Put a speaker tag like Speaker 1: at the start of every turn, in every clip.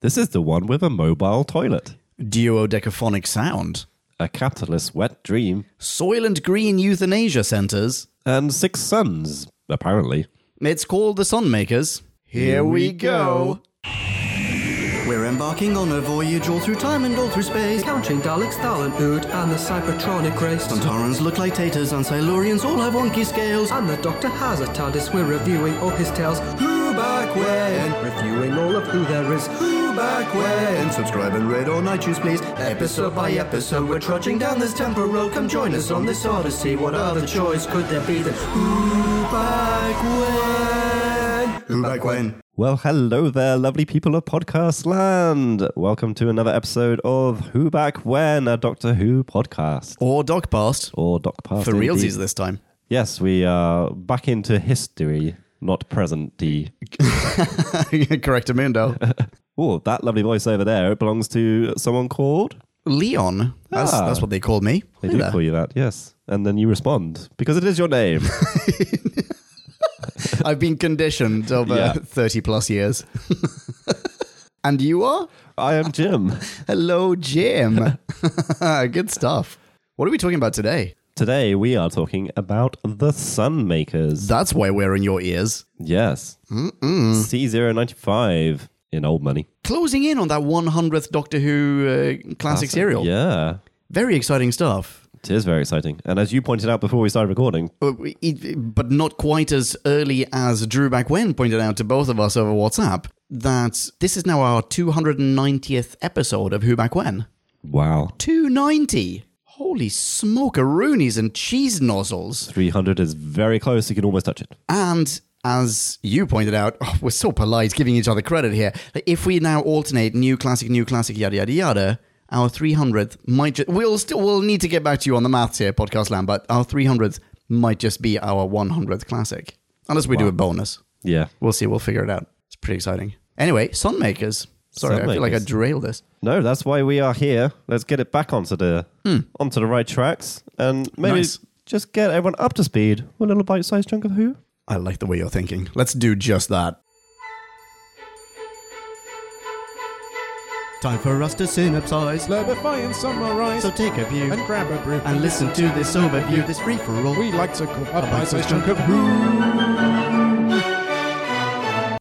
Speaker 1: This is the one with a mobile toilet.
Speaker 2: Duodecaphonic sound.
Speaker 1: A capitalist wet dream.
Speaker 2: Soil and Green Euthanasia Centres.
Speaker 1: And six sons, apparently.
Speaker 2: It's called the Sunmakers. Here we
Speaker 1: go.
Speaker 2: We're embarking on a voyage all through time and all through space.
Speaker 3: Countering Daleks, Thalan, Ood, and the Cybertronic race.
Speaker 2: Santarans look like taters, and Silurians all have wonky scales.
Speaker 3: And the Doctor has a TARDIS. We're reviewing all his tales. Who back when? Reviewing all of who there is. Who back when?
Speaker 2: And subscribe and rate on iTunes, please.
Speaker 3: Episode by episode, we're trudging down this temporal road. Come join us on this odyssey. What other choice could there be than Who back when?
Speaker 2: Who back when?
Speaker 1: Well, hello there, lovely people of podcast land. Welcome to another episode of Who Back When, a Doctor Who podcast.
Speaker 2: Or Dog Past.
Speaker 1: Or Doc Past.
Speaker 2: For
Speaker 1: indeed.
Speaker 2: realsies this time.
Speaker 1: Yes, we are back into history, not present D.
Speaker 2: Correct, Amundo.
Speaker 1: Oh, that lovely voice over there, it belongs to someone called?
Speaker 2: Leon. That's,
Speaker 1: Ah.
Speaker 2: that's what they called me.
Speaker 1: They
Speaker 2: Hi
Speaker 1: do
Speaker 2: there.
Speaker 1: call you that, yes. And then you respond, because it is your name.
Speaker 2: I've been conditioned over
Speaker 1: Yeah.
Speaker 2: 30 plus years. and you are?
Speaker 1: I am Jim.
Speaker 2: Hello, Jim. Good stuff. What are we talking about today?
Speaker 1: Today we are talking about the Sunmakers.
Speaker 2: That's why we're in your ears.
Speaker 1: yes. C095 in old money.
Speaker 2: Closing in on that 100th Doctor Who uh, classic serial.
Speaker 1: Yeah.
Speaker 2: Very exciting stuff.
Speaker 1: It is very exciting. And as you pointed out before we started recording,
Speaker 2: But we- it- But not quite as early as Drew back when pointed out to both of us over WhatsApp that this is now our 290th episode of Who Back When.
Speaker 1: wow.
Speaker 2: 290! Holy smokeroonies and cheese nozzles.
Speaker 1: 300 is very close. You can almost touch it.
Speaker 2: And as you pointed out, oh, we're so polite giving each other credit here. Like, If we now alternate new classic, new classic, yada yada yada, our 300th might just we'll still we'll need to get back to you on the maths here, podcast land. But our 300th might just be our 100th classic, unless we do a bonus.
Speaker 1: Yeah.
Speaker 2: We'll see. We'll figure it out. It's pretty exciting. Anyway, Sunmakers. Sorry, I feel like I
Speaker 1: Sunmakers.
Speaker 2: derailed this.
Speaker 1: No, that's why we are here. Let's get it back onto the onto the right tracks and maybe
Speaker 2: Nice.
Speaker 1: just get everyone up to speed with a little bite-sized chunk of Who.
Speaker 2: I like the way you're thinking. Let's do just that. Time for us to synopsize.
Speaker 4: Lubrify and summarize
Speaker 2: So take a view.
Speaker 4: and grab a brew
Speaker 2: and listen to this overview, this free for all.
Speaker 4: we like to call a bite-sized chunk of who.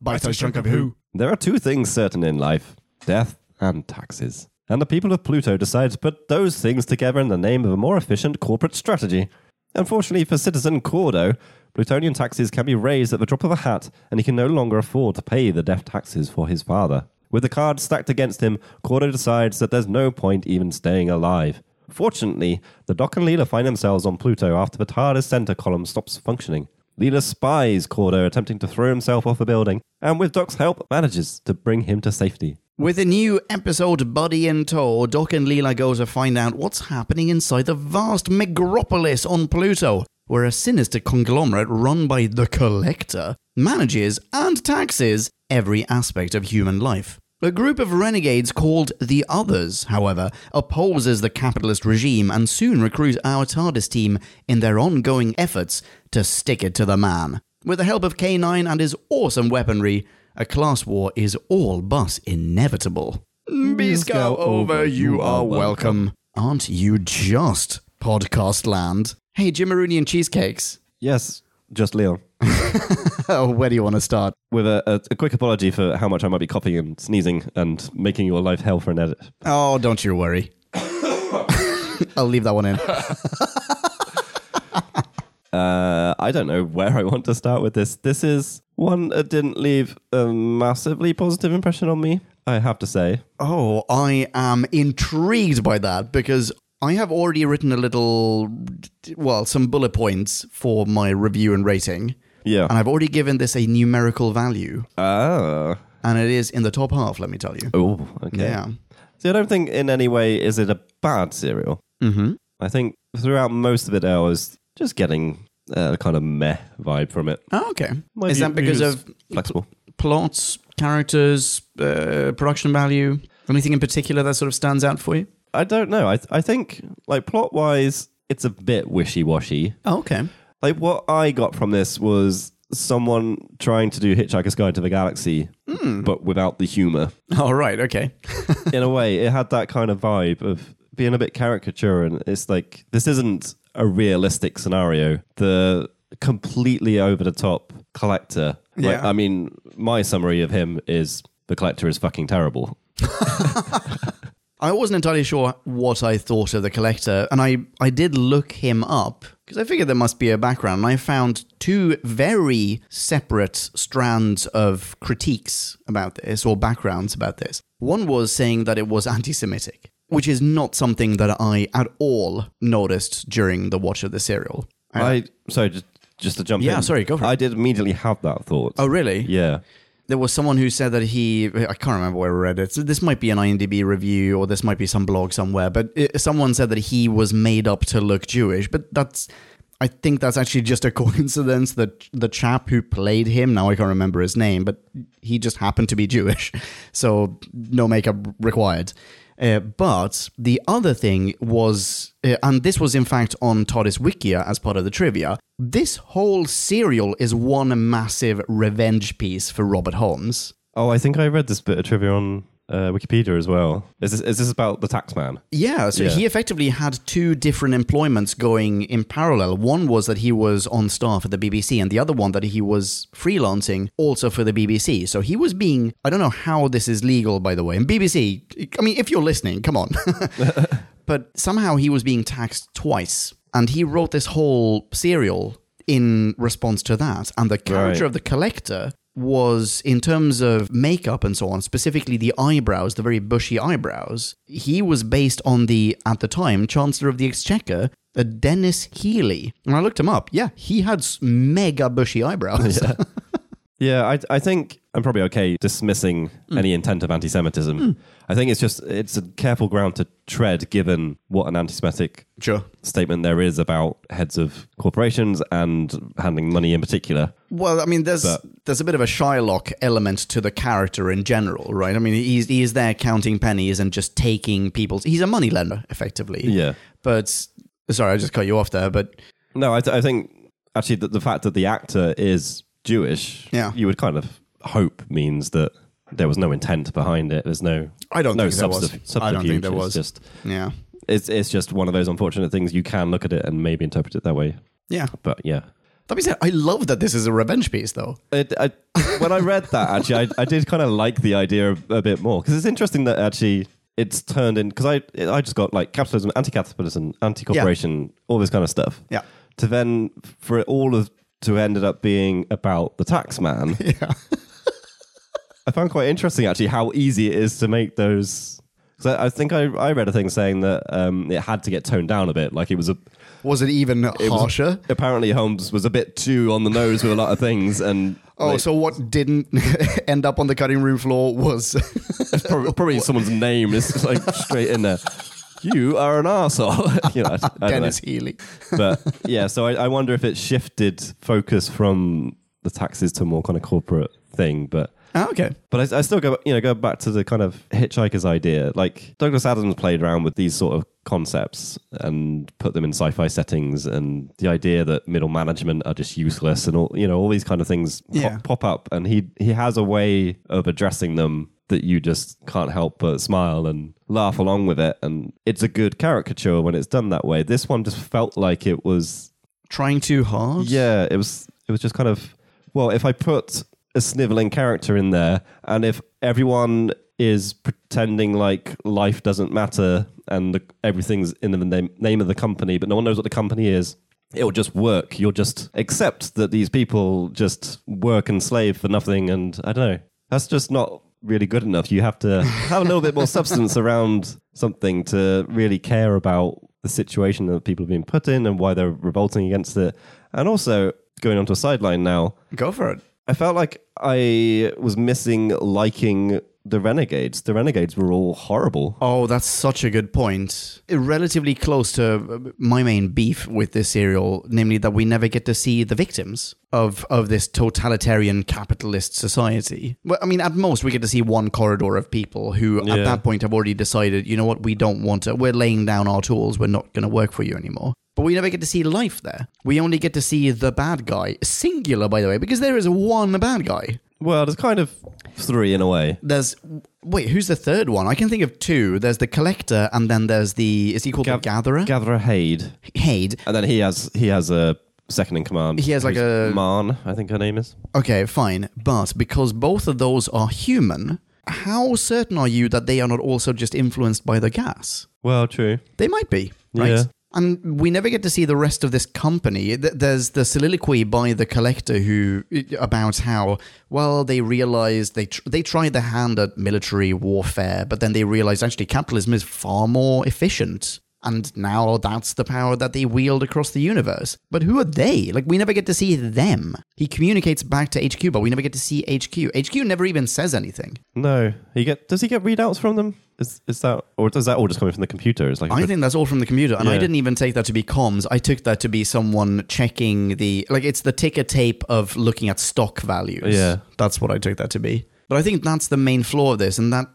Speaker 4: Bite-sized chunk of who.
Speaker 1: There are two things certain in life: death and taxes. And the people of Pluto decide to put those things together in the name of a more efficient corporate strategy. Unfortunately for citizen Cordo, Plutonian taxes can be raised at the drop of a hat, and he can no longer afford to pay the death taxes for his father. With the cards stacked against him, Cordo decides that there's no point even staying alive. Fortunately, the Doc and Leela find themselves on Pluto after the TARDIS center column stops functioning. Leela spies Cordo attempting to throw himself off a building, and with Doc's help, manages to bring him to safety.
Speaker 2: With a new episode, Buddy in tow, Doc and Leela go to find out what's happening inside the vast megaropolis on Pluto, where a sinister conglomerate run by the Collector manages and taxes every aspect of human life. A group of renegades called the Others, however, opposes the capitalist regime and soon recruit our TARDIS team in their ongoing efforts to stick it to the man. With the help of K9 and his awesome weaponry, a class war is all but inevitable. Beescow Mm, over, you are welcome. Aren't you just podcast land? Hey, Jim Maroney and Cheesecakes.
Speaker 1: Yes, just Leon.
Speaker 2: Oh, where do you want to start?
Speaker 1: With a, a, a quick apology for how much I might be coughing and sneezing and making your life hell for an edit.
Speaker 2: Oh, don't you worry. I'll leave that one in.
Speaker 1: Uh, I don't know where I want to start with this. This is one that didn't leave a massively positive impression on me, I have to say.
Speaker 2: Oh, I am intrigued by that because I have already written a little, well, some bullet points for my review and rating.
Speaker 1: Yeah.
Speaker 2: And I've already given this a numerical value.
Speaker 1: Ah.
Speaker 2: And it is in the top half, let me tell you.
Speaker 1: Oh, okay.
Speaker 2: Yeah.
Speaker 1: See, I don't think in any way is it a bad serial.
Speaker 2: Mm-hmm.
Speaker 1: I think throughout most of it, I was just getting a kind of meh vibe from it.
Speaker 2: Oh, okay.
Speaker 1: My
Speaker 2: is
Speaker 1: view-
Speaker 2: that because
Speaker 1: view's
Speaker 2: of
Speaker 1: flexible?
Speaker 2: plots, characters, uh, production value? Anything in particular that sort of stands out for you?
Speaker 1: I don't know. I th- I think like plot wise, it's a bit wishy washy.
Speaker 2: Oh, okay.
Speaker 1: Like what I got from this was someone trying to do Hitchhiker's Guide to the Galaxy,
Speaker 2: Hmm.
Speaker 1: but without the humor.
Speaker 2: All right, okay.
Speaker 1: in a way, it had that kind of vibe of being a bit caricature, and it's like this isn't a realistic scenario. The completely over the top collector. Like,
Speaker 2: Yeah.
Speaker 1: I mean, my summary of him is the collector is fucking terrible.
Speaker 2: I wasn't entirely sure what I thought of the collector, and I, I did look him up because I figured there must be a background. And I found two very separate strands of critiques about this or backgrounds about this. One was saying that it was anti Semitic, which is not something that I at all noticed during the watch of the serial. And-
Speaker 1: I sorry, just just to jump.
Speaker 2: Yeah,
Speaker 1: in,
Speaker 2: sorry, go for it.
Speaker 1: I did immediately have that thought.
Speaker 2: oh, really?
Speaker 1: yeah.
Speaker 2: there was someone who said that he I can't remember where I read it. So this might be an IMDb review or this might be some blog somewhere, but it, someone said that he was made up to look Jewish, but that's I think that's actually just a coincidence that the chap who played him, now I can't remember his name, but he just happened to be Jewish. So no makeup required. Uh, but the other thing was, uh, and this was in fact on TARDIS Wikia as part of the trivia, this whole serial is one massive revenge piece for Robert Holmes.
Speaker 1: Oh, I think I read this bit of trivia on uh, Wikipedia as well. Is this is this about the tax man?
Speaker 2: Yeah, so
Speaker 1: Yeah.
Speaker 2: he effectively had two different employments going in parallel. One was that he was on staff at the BBC, and the other one that he was freelancing also for the BBC. So he was being, I don't know how this is legal, by the way. And BBC, I mean, if you're listening, come on. but somehow he was being taxed twice. And he wrote this whole serial in response to that. And the character
Speaker 1: Right.
Speaker 2: of the collector was, in terms of makeup and so on, specifically the eyebrows, the very bushy eyebrows, he was based on the, at the time, Chancellor of the Exchequer. uh Dennis Healy. And I looked him up. Yeah, he had s- mega bushy eyebrows.
Speaker 1: Yeah, I, I think I'm probably okay dismissing
Speaker 2: Hmm.
Speaker 1: any intent of anti Semitism. I think it's just it's a careful ground to tread given what an anti Semitic
Speaker 2: sure.
Speaker 1: statement there is about heads of corporations and handling money in particular.
Speaker 2: Well, I mean, there's
Speaker 1: But-
Speaker 2: there's a bit of a Shylock element to the character in general, right? I mean, he's he is there counting pennies and just taking people's. He's a moneylender, effectively.
Speaker 1: Yeah.
Speaker 2: But sorry, I just cut you off there. But
Speaker 1: No, I, th- I think actually that the fact that the actor is Jewish,
Speaker 2: Yeah.
Speaker 1: you would kind of hope means that there was no intent behind it. There's no
Speaker 2: I don't
Speaker 1: no
Speaker 2: think there was.
Speaker 1: substif-
Speaker 2: I don't think
Speaker 1: subterfuge.
Speaker 2: there
Speaker 1: It's
Speaker 2: was.
Speaker 1: just
Speaker 2: yeah,
Speaker 1: it's it's just one of those unfortunate things. You can look at it and maybe interpret it that way,
Speaker 2: yeah.
Speaker 1: but yeah.
Speaker 2: That being said, I love that this is a revenge piece, though.
Speaker 1: It, I, when I read that, actually, I, I did kind of like the idea a, a bit more because it's interesting that actually it's turned in because I it- I just got like capitalism, anti-capitalism, anti-corporation, all this kind of stuff.
Speaker 2: Yeah.
Speaker 1: To then for it all of to ended up being about the tax man. Yeah. I found quite interesting actually how easy it is to make those. Because I, I think I, I read a thing saying that um, it had to get toned down a bit. Like it was a
Speaker 2: Was it even
Speaker 1: was-
Speaker 2: harsher?
Speaker 1: apparently Holmes was a bit too on the nose with a lot of things and
Speaker 2: Oh,
Speaker 1: like,
Speaker 2: so what didn't end up on the cutting room floor was
Speaker 1: probably, probably someone's name is just, like straight in there. You are an arsehole. you know, I, I don't know.
Speaker 2: Dennis Healy.
Speaker 1: But yeah, so I, I wonder if it shifted focus from the taxes to more kind of corporate thing. But
Speaker 2: Ah, okay.
Speaker 1: but I, I still go you know go back to the kind of hitchhiker's idea. Like Douglas Adams played around with these sort of concepts and put them in sci-fi settings, and the idea that middle management are just useless and all you know all these kind of things pop,
Speaker 2: Yeah.
Speaker 1: pop up, and he he has a way of addressing them that you just can't help but smile and laugh along with it and it's a good caricature when it's done that way this one just felt like it was
Speaker 2: Trying too hard.
Speaker 1: yeah, it was it was just kind of well, if I put a sniveling character in there and if everyone is pretending like life doesn't matter and the, everything's in the name, name of the company but no one knows what the company is, it'll just work. You'll just accept that these people just work and slave for nothing and I don't know. That's just not really good enough. You have to have a little bit more substance around something to really care about the situation that people have been put in and why they're revolting against it. And also, going onto a sideline now,
Speaker 2: Go for it.
Speaker 1: I felt like I was missing liking the Renegades. The Renegades were all horrible.
Speaker 2: Oh, that's such a good point. Uh, Relatively close to uh, my main beef with this serial, namely that we never get to see the victims of, of this totalitarian capitalist society. Well, I mean, at most, we get to see one corridor of people who, at
Speaker 1: Yeah.
Speaker 2: that point, have already decided, you know what, we don't want to, we're laying down our tools, we're not going to work for you anymore. But we never get to see life there. We only get to see the bad guy, singular, by the way, because there is one bad guy.
Speaker 1: Well, there's kind of three in a way.
Speaker 2: There's wait, who's the third one? I can think of two. There's the collector, and then there's the is he called
Speaker 1: Gav-
Speaker 2: the gatherer?
Speaker 1: Gatherer Haid,
Speaker 2: Haid.
Speaker 1: and then he has he has a second in command.
Speaker 2: He has like
Speaker 1: who's
Speaker 2: a-
Speaker 1: Marn, I think her name is.
Speaker 2: Okay, fine, but because both of those are human, how certain are you that they are not also just influenced by the gas?
Speaker 1: Well, true.
Speaker 2: They might be, right?
Speaker 1: Yeah.
Speaker 2: And we never get to see the rest of this company. Th- There's the soliloquy by the collector who about how well they realized they tr- they tried their hand at military warfare, but then they realized actually capitalism is far more efficient. And now that's the power that they wield across the universe. But who are they? Like, we never get to see them. He communicates back to HQ, but we never get to see HQ. HQ never even says anything.
Speaker 1: No, he get does he get readouts from them? Is is that or does that all just coming from the computer? It's like a
Speaker 2: I
Speaker 1: bit-
Speaker 2: think that's all from the computer, and I
Speaker 1: Yeah.
Speaker 2: didn't even take that to be comms. I took that to be someone checking the like it's the ticker tape of looking at stock values.
Speaker 1: Yeah.
Speaker 2: that's what I took that to be. But I think that's the main flaw of this, and that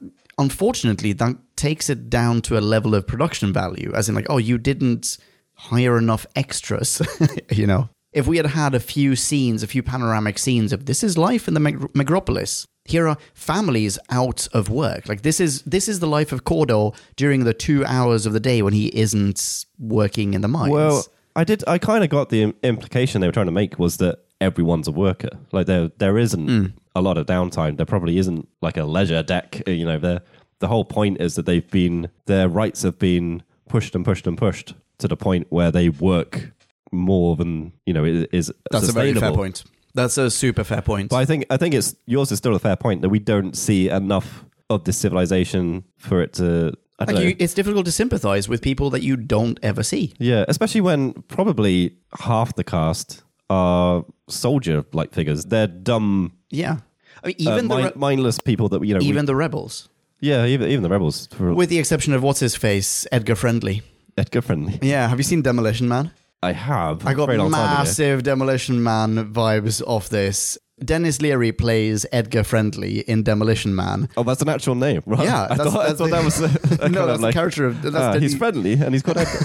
Speaker 2: unfortunately that takes it down to a level of production value, as in like, oh, you didn't hire enough extras, you know. If we had had a few scenes, a few panoramic scenes of this is life in the Meg- megaropolis. Here are families out of work. Like this is this is the life of Cordor during the two hours of the day when he isn't working in the mines.
Speaker 1: Well, I did. I kind of got the im- implication they were trying to make was that everyone's a worker. Like there, there isn't
Speaker 2: Hmm.
Speaker 1: a lot of downtime. There probably isn't like a leisure deck. uh, You know, the the whole point is that they've been their rights have been pushed and pushed and pushed to the point where they work more than you know is, is
Speaker 2: that's a very fair
Speaker 1: sustainable.
Speaker 2: point. That's a super fair point.
Speaker 1: But I think I think it's yours is still a fair point that we don't see enough of this civilization for it to. I don't
Speaker 2: like
Speaker 1: know.
Speaker 2: you, it's difficult to sympathize with people that you don't ever see.
Speaker 1: Yeah, especially when probably half the cast are soldier like figures. They're dumb,
Speaker 2: Yeah, I mean,
Speaker 1: uh,
Speaker 2: even the
Speaker 1: mi-
Speaker 2: re-
Speaker 1: mindless people that, you know, we-
Speaker 2: even the rebels,
Speaker 1: yeah, even, even the rebels. For
Speaker 2: with the exception of what's his face, Edgar Friendly.
Speaker 1: Edgar Friendly.
Speaker 2: Yeah, have you seen Demolition Man?
Speaker 1: I have.
Speaker 2: I got
Speaker 1: very long time ago.
Speaker 2: massive Demolition Man vibes off this. Dennis Leary plays Edgar Friendly in Demolition Man.
Speaker 1: Oh, that's an actual name, right?
Speaker 2: Yeah,
Speaker 1: I
Speaker 2: that's-
Speaker 1: thought, I
Speaker 2: that's
Speaker 1: thought
Speaker 2: the-
Speaker 1: that was. A, a kind of
Speaker 2: no, that's
Speaker 1: like,
Speaker 2: the character of that's
Speaker 1: ah,
Speaker 2: the,
Speaker 1: he's friendly and he's got Edgar.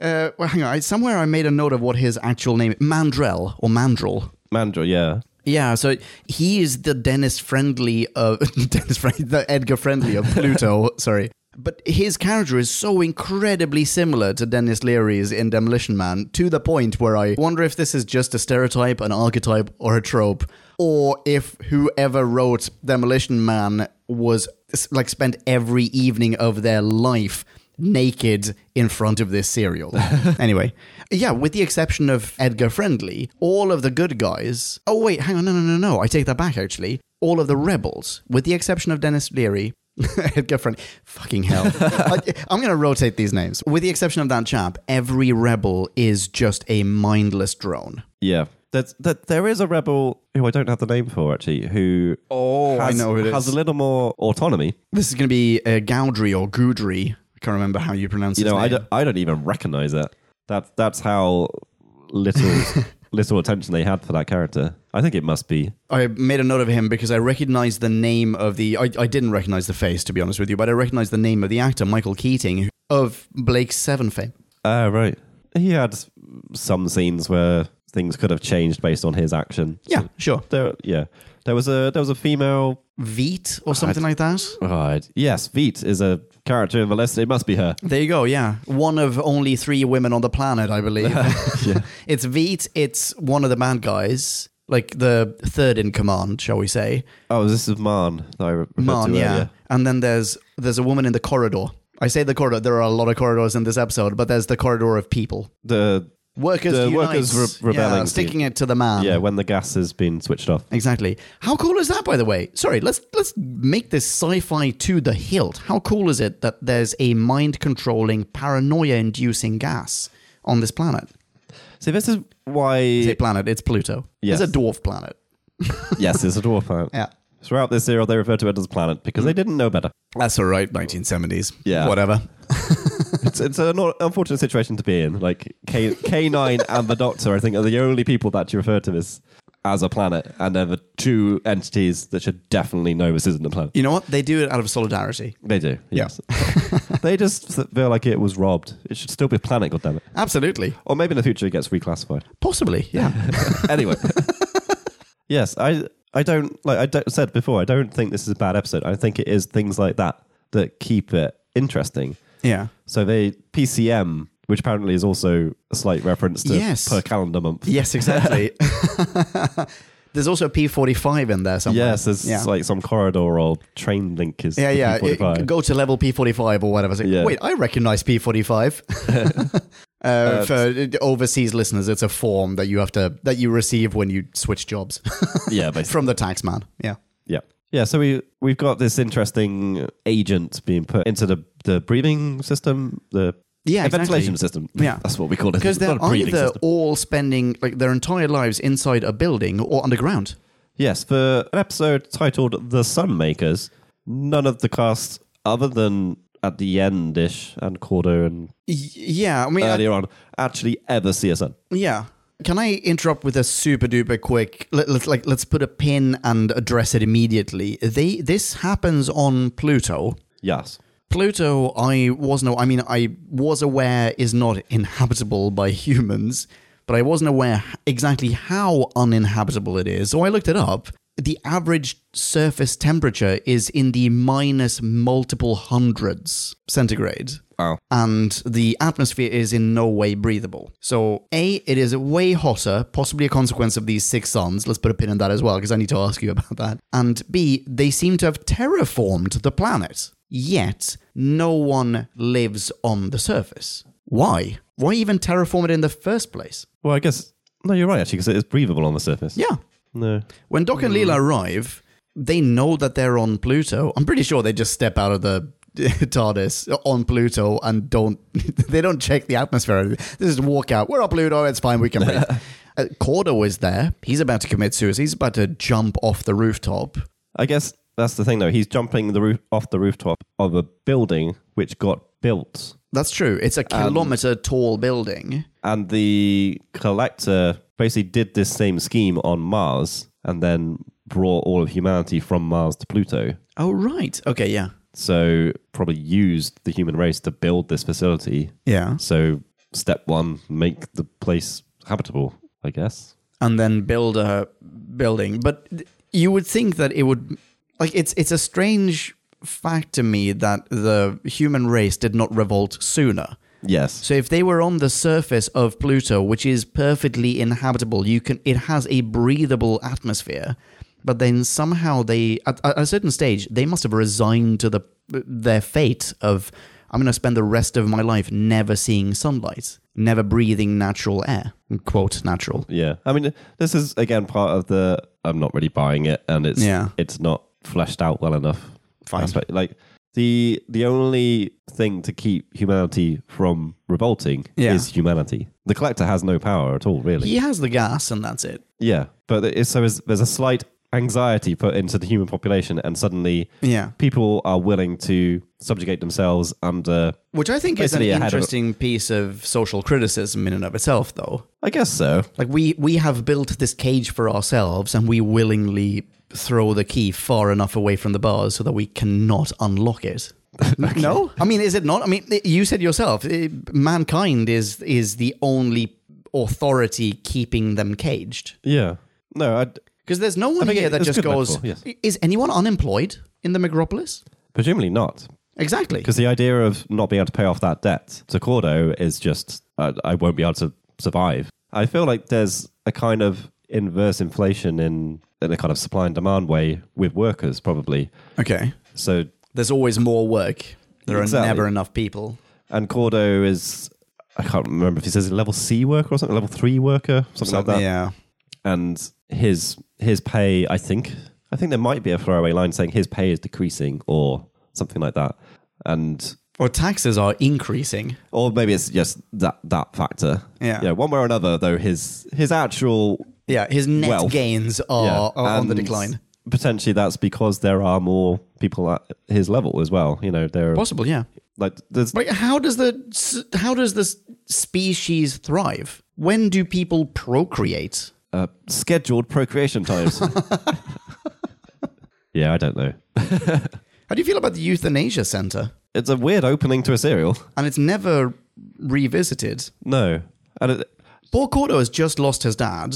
Speaker 2: uh, well, hang on. I, somewhere I made a note of what his actual name Mandrell or Mandrel.
Speaker 1: Mandrill, yeah.
Speaker 2: Yeah, so he is the Dennis Friendly of Dennis Friendly, the Edgar Friendly of Pluto. sorry, but his character is so incredibly similar to Dennis Leary's in Demolition Man to the point where I wonder if this is just a stereotype, an archetype, or a trope, or if whoever wrote Demolition Man was like spent every evening of their life naked in front of this serial. anyway, yeah, with the exception of Edgar Friendly, all of the good guys. Oh, wait, hang on. No, no, no, no. I take that back, actually. All of the rebels, with the exception of Dennis Leary. Edgar Friendly. Fucking hell. I, I'm going to rotate these names. With the exception of that chap, every rebel is just a mindless drone.
Speaker 1: Yeah. That's, that there is a rebel who I don't have the name for actually, who oh
Speaker 2: I know who it
Speaker 1: has
Speaker 2: is.
Speaker 1: a little more autonomy.
Speaker 2: This is going to be uh, Gaudry or Goudry. I can't remember how you pronounce it.
Speaker 1: you know, I don't, I don't even recognize it. That that's how little little attention they had for that character. I think it must be.
Speaker 2: I made a note of him because I recognized the name of the. I, I didn't recognize the face, to be honest with you, but I recognized the name of the actor, Michael Keating, of Blake's Seven fame.
Speaker 1: Ah, right. He had some scenes where things could have changed based on his action.
Speaker 2: Yeah, sure.
Speaker 1: There, yeah. There was a there was a female.
Speaker 2: Veet or something like that.
Speaker 1: Right. Yes, Veet is a character in the list. It must be her.
Speaker 2: There you go, yeah. One of only three women on the planet, I believe. It's Veet, it's one of the bad guys, like the third in command, shall we say.
Speaker 1: Oh, this is Marn that I re- referred
Speaker 2: Man,
Speaker 1: to
Speaker 2: yeah.
Speaker 1: earlier.
Speaker 2: And then there's there's a woman in the corridor. I say the corridor, there are a lot of corridors in this episode, but there's the corridor of people.
Speaker 1: The
Speaker 2: Workers
Speaker 1: The
Speaker 2: unite.
Speaker 1: workers re- rebelling
Speaker 2: yeah, sticking it to the man.
Speaker 1: yeah, when the gas has been switched off.
Speaker 2: Exactly. How cool is that, by the way? Sorry, let's let's make this sci-fi to the hilt. How cool is it that there's a mind-controlling, paranoia-inducing gas on this planet?
Speaker 1: See, this is why
Speaker 2: It's a planet. It's Pluto.
Speaker 1: Yes.
Speaker 2: It's a dwarf planet.
Speaker 1: yes, it's a dwarf planet.
Speaker 2: Yeah.
Speaker 1: Throughout this era, they referred to it as planet because they didn't know better.
Speaker 2: That's all right, 1970s.
Speaker 1: Yeah.
Speaker 2: Whatever.
Speaker 1: It's, it's an unfortunate situation to be in. Like K K9 and the Doctor, I think, are the only people that you refer to this as a planet, and they're the two entities that should definitely know this isn't a planet.
Speaker 2: You know what? They do it out of solidarity.
Speaker 1: They do. Yes. they just feel like it was robbed. It should still be a planet, goddammit.
Speaker 2: Absolutely.
Speaker 1: Or maybe in the future it gets reclassified.
Speaker 2: Possibly, yeah.
Speaker 1: anyway. yes, I I don't like I don't, said before, I don't think this is a bad episode. I think it is things like that that keep it interesting.
Speaker 2: yeah.
Speaker 1: So they PCM, which apparently is also a slight reference to
Speaker 2: Yes.
Speaker 1: per calendar month.
Speaker 2: Yes, exactly. There's also a P45 in there somewhere.
Speaker 1: Yes, there's
Speaker 2: yeah.
Speaker 1: like some corridor or train link is
Speaker 2: yeah,
Speaker 1: the
Speaker 2: yeah. It-
Speaker 1: P45.
Speaker 2: go to level P45 or whatever. It's like,
Speaker 1: Yeah.
Speaker 2: Wait, I recognize P45. uh, for overseas listeners, it's a form that you have to that you receive when you switch jobs
Speaker 1: yeah, basically.
Speaker 2: from the tax man. Yeah.
Speaker 1: Yeah. Yeah, so we we've got this interesting agent being put into the the breathing system, the
Speaker 2: Yeah,
Speaker 1: the ventilation
Speaker 2: exactly.
Speaker 1: system.
Speaker 2: Yeah.
Speaker 1: that's what we call it.
Speaker 2: Because
Speaker 1: It's not
Speaker 2: they're
Speaker 1: a breathing
Speaker 2: either
Speaker 1: system.
Speaker 2: all spending like their entire lives inside a building or underground.
Speaker 1: Yes, for an episode titled "The Sunmakers," none of the cast, other than at the end ish and Cordo and
Speaker 2: Y- yeah, I mean, I-
Speaker 1: earlier on, actually ever see a sun.
Speaker 2: Yeah. Can I interrupt with a super duper quick? Let, let's like let's put a pin and address it immediately. They this happens on Pluto.
Speaker 1: Yes,
Speaker 2: Pluto, I was no, I mean, I was aware is not inhabitable by humans, but I wasn't aware h- exactly how uninhabitable it is. So I looked it up. The average surface temperature is in the minus multiple hundreds centigrade.
Speaker 1: Wow.
Speaker 2: And the atmosphere is in no way breathable. So, A, it is way hotter, possibly a consequence of these six suns. Let's put a pin in that as well, because I need to ask you about that. And B, they seem to have terraformed the planet yet no one lives on the surface. Why? Why even terraform it in the first place?
Speaker 1: well, I guess no, you're right actually because it is breathable on the surface.
Speaker 2: Yeah.
Speaker 1: no,
Speaker 2: When Doc and Leela arrive, they know that they're on Pluto. I'm pretty sure they just step out of the TARDIS on Pluto and don't they don't check the atmosphere. or anything. They just walk out. We're on Pluto. It's fine. We can breathe. uh, Cordo is there. He's about to commit suicide. He's about to jump off the rooftop.
Speaker 1: I guess that's the thing though. He's jumping the roof off the rooftop of a building which got built
Speaker 2: That's true. It's a kilometer tall building.
Speaker 1: and the collector basically did this same scheme on Mars and then brought all of humanity from Mars to Pluto.
Speaker 2: Oh right. Okay. Yeah.
Speaker 1: So probably used the human race to build this facility.
Speaker 2: Yeah.
Speaker 1: So step one, make the place habitable, I guess.
Speaker 2: and then build a building. But th- you would think that it would like it's it's a strange fact to me that the human race did not revolt sooner.
Speaker 1: Yes.
Speaker 2: So if they were on the surface of Pluto, which is perfectly inhabitable, you can it has a breathable atmosphere. But then somehow they at, at a certain stage they must have resigned to the their fate of I'm going to spend the rest of my life never seeing sunlight, never breathing natural air. Quote natural.
Speaker 1: Yeah. I mean, this is again part of the I'm not really buying it, and it's
Speaker 2: Yeah.
Speaker 1: it's not fleshed out well enough.
Speaker 2: Fine.
Speaker 1: aspect. Like the the only thing to keep humanity from revolting
Speaker 2: Yeah.
Speaker 1: is humanity. The collector has no power at all, really.
Speaker 2: He has the gas, and that's it.
Speaker 1: Yeah, but it's, so is, there's a slight anxiety put into the human population, and suddenly
Speaker 2: Yeah,
Speaker 1: people are willing to subjugate themselves under.
Speaker 2: which I think
Speaker 1: Basically
Speaker 2: is
Speaker 1: ahead
Speaker 2: an
Speaker 1: of-
Speaker 2: interesting piece of social criticism in and of itself, though.
Speaker 1: I guess so.
Speaker 2: Like we we have built this cage for ourselves, and we willingly throw the key far enough away from the bars so that we cannot unlock it. No, I mean, is it not? I mean, you said yourself, eh, mankind is is the only authority keeping them caged.
Speaker 1: Yeah. No, I
Speaker 2: Because there's no one
Speaker 1: think
Speaker 2: here
Speaker 1: it-
Speaker 2: that
Speaker 1: it's
Speaker 2: just
Speaker 1: good
Speaker 2: goes.
Speaker 1: metaphor, yes.
Speaker 2: Is anyone unemployed in the Megropolis?
Speaker 1: presumably not,
Speaker 2: Exactly.
Speaker 1: because the idea of not being able to pay off that debt to Cordo is just I, I won't be able to survive. I feel like there's a kind of inverse inflation in in a kind of supply and demand way with workers, probably.
Speaker 2: Okay.
Speaker 1: So
Speaker 2: there's always more work. There
Speaker 1: Exactly.
Speaker 2: are never enough people.
Speaker 1: and Cordo is I can't remember if he says a level C worker or something, level three worker, something like that.
Speaker 2: Yeah.
Speaker 1: And his his pay, I think, I think there might be a throwaway line saying his pay is decreasing or something like that. And
Speaker 2: Or taxes are increasing.
Speaker 1: or maybe it's just that that factor.
Speaker 2: Yeah.
Speaker 1: one way or another, though his his actual
Speaker 2: Yeah, his net
Speaker 1: Wealth.
Speaker 2: gains are, are on the
Speaker 1: and
Speaker 2: decline.
Speaker 1: Potentially, that's because there are more people at his level as well. You know, there are
Speaker 2: Possible, yeah.
Speaker 1: like there's
Speaker 2: But how does the s- how does this species thrive? When do people procreate?
Speaker 1: uh, scheduled procreation times. yeah, I don't know.
Speaker 2: How do you feel about the euthanasia center?
Speaker 1: It's a weird opening to a serial.
Speaker 2: And it's never revisited.
Speaker 1: No, and it,
Speaker 2: Paul Cordo has just lost his dad.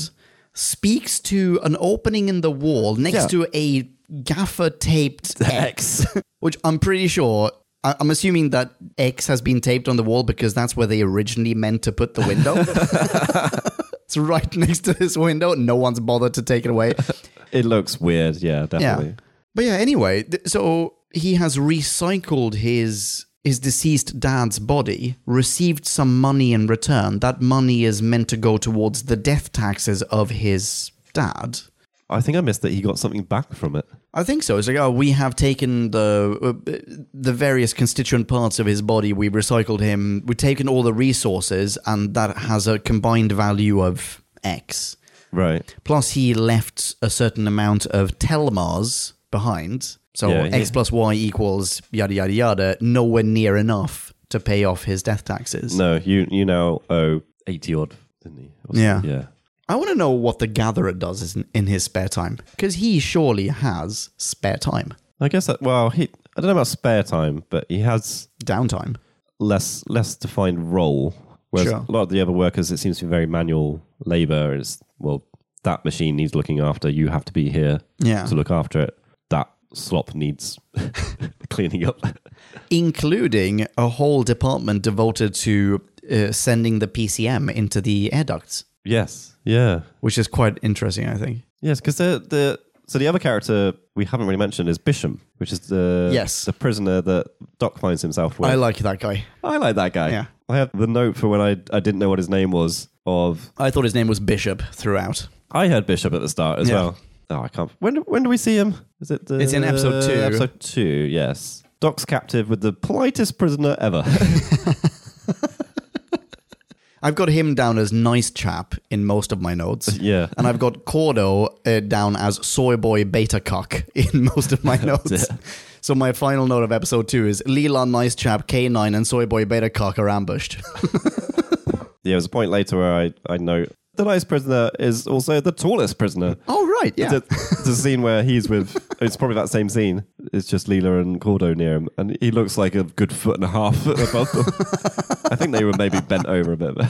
Speaker 2: Speaks to an opening in the wall next
Speaker 1: Yeah.
Speaker 2: to a gaffer taped X, which I'm pretty sure. I- I'm assuming that X has been taped on the wall because that's where they originally meant to put the window. it's right next to this window. No one's bothered to take it away.
Speaker 1: it looks weird. Yeah, definitely.
Speaker 2: Yeah. But yeah, anyway, th- so he has recycled his his deceased dad's body, received some money in return. That money is meant to go towards the death taxes of his dad.
Speaker 1: I think I missed that he got something back from it.
Speaker 2: I think so. It's like, oh, we have taken the uh, the various constituent parts of his body. We've recycled him. We've taken all the resources, and that has a combined value of X.
Speaker 1: Right.
Speaker 2: Plus, he left a certain amount of Telmars behind. So
Speaker 1: Yeah,
Speaker 2: X
Speaker 1: yeah.
Speaker 2: plus Y equals yada yada yada. Nowhere near enough to pay off his death taxes.
Speaker 1: No, you you now owe eighty odd, didn't he? Or something.
Speaker 2: Yeah.
Speaker 1: Yeah.
Speaker 2: I want to know what the Gatherer does in, in his spare time because he surely has spare time,
Speaker 1: I guess that. Well, he. I don't know about spare time, but he has
Speaker 2: downtime.
Speaker 1: less less defined role. Whereas
Speaker 2: Sure.
Speaker 1: a lot of the other workers, it seems to be very manual labor. It's well, that machine needs looking after. You have to be here
Speaker 2: Yeah,
Speaker 1: to look after it. That slop needs cleaning up.
Speaker 2: including a whole department devoted to uh, sending the PCM into the air ducts,
Speaker 1: yes. Yeah.
Speaker 2: which is quite interesting. I think.
Speaker 1: Yes, because the the so the other character we haven't really mentioned is Bisham, which is the
Speaker 2: Yes.
Speaker 1: the prisoner that Doc finds himself with.
Speaker 2: I like that guy.
Speaker 1: I like that guy.
Speaker 2: Yeah.
Speaker 1: I have the note for when I I didn't know what his name was of
Speaker 2: I thought his name was Bishop throughout.
Speaker 1: I heard Bishop at the start as
Speaker 2: Yeah.
Speaker 1: well. Oh, I can't. When when do we see him? Is it? The,
Speaker 2: It's in episode two.
Speaker 1: Episode two. Yes. Doc's captive with the politest prisoner ever.
Speaker 2: I've got him down as nice chap in most of my notes.
Speaker 1: yeah.
Speaker 2: And I've got Cordo uh, down as soy boy beta cock in most of my notes. So my final note of episode two is Leela nice chap K9 and soy boy beta cock are ambushed.
Speaker 1: Yeah. There was a point later where I I note the nice prisoner is also the tallest prisoner.
Speaker 2: oh right, yeah.
Speaker 1: There's a- there's a scene where he's with. It's probably that same scene. It's just Leela and Cordo near him, and he looks like a good foot and a half above them. I think they were maybe bent over a bit. but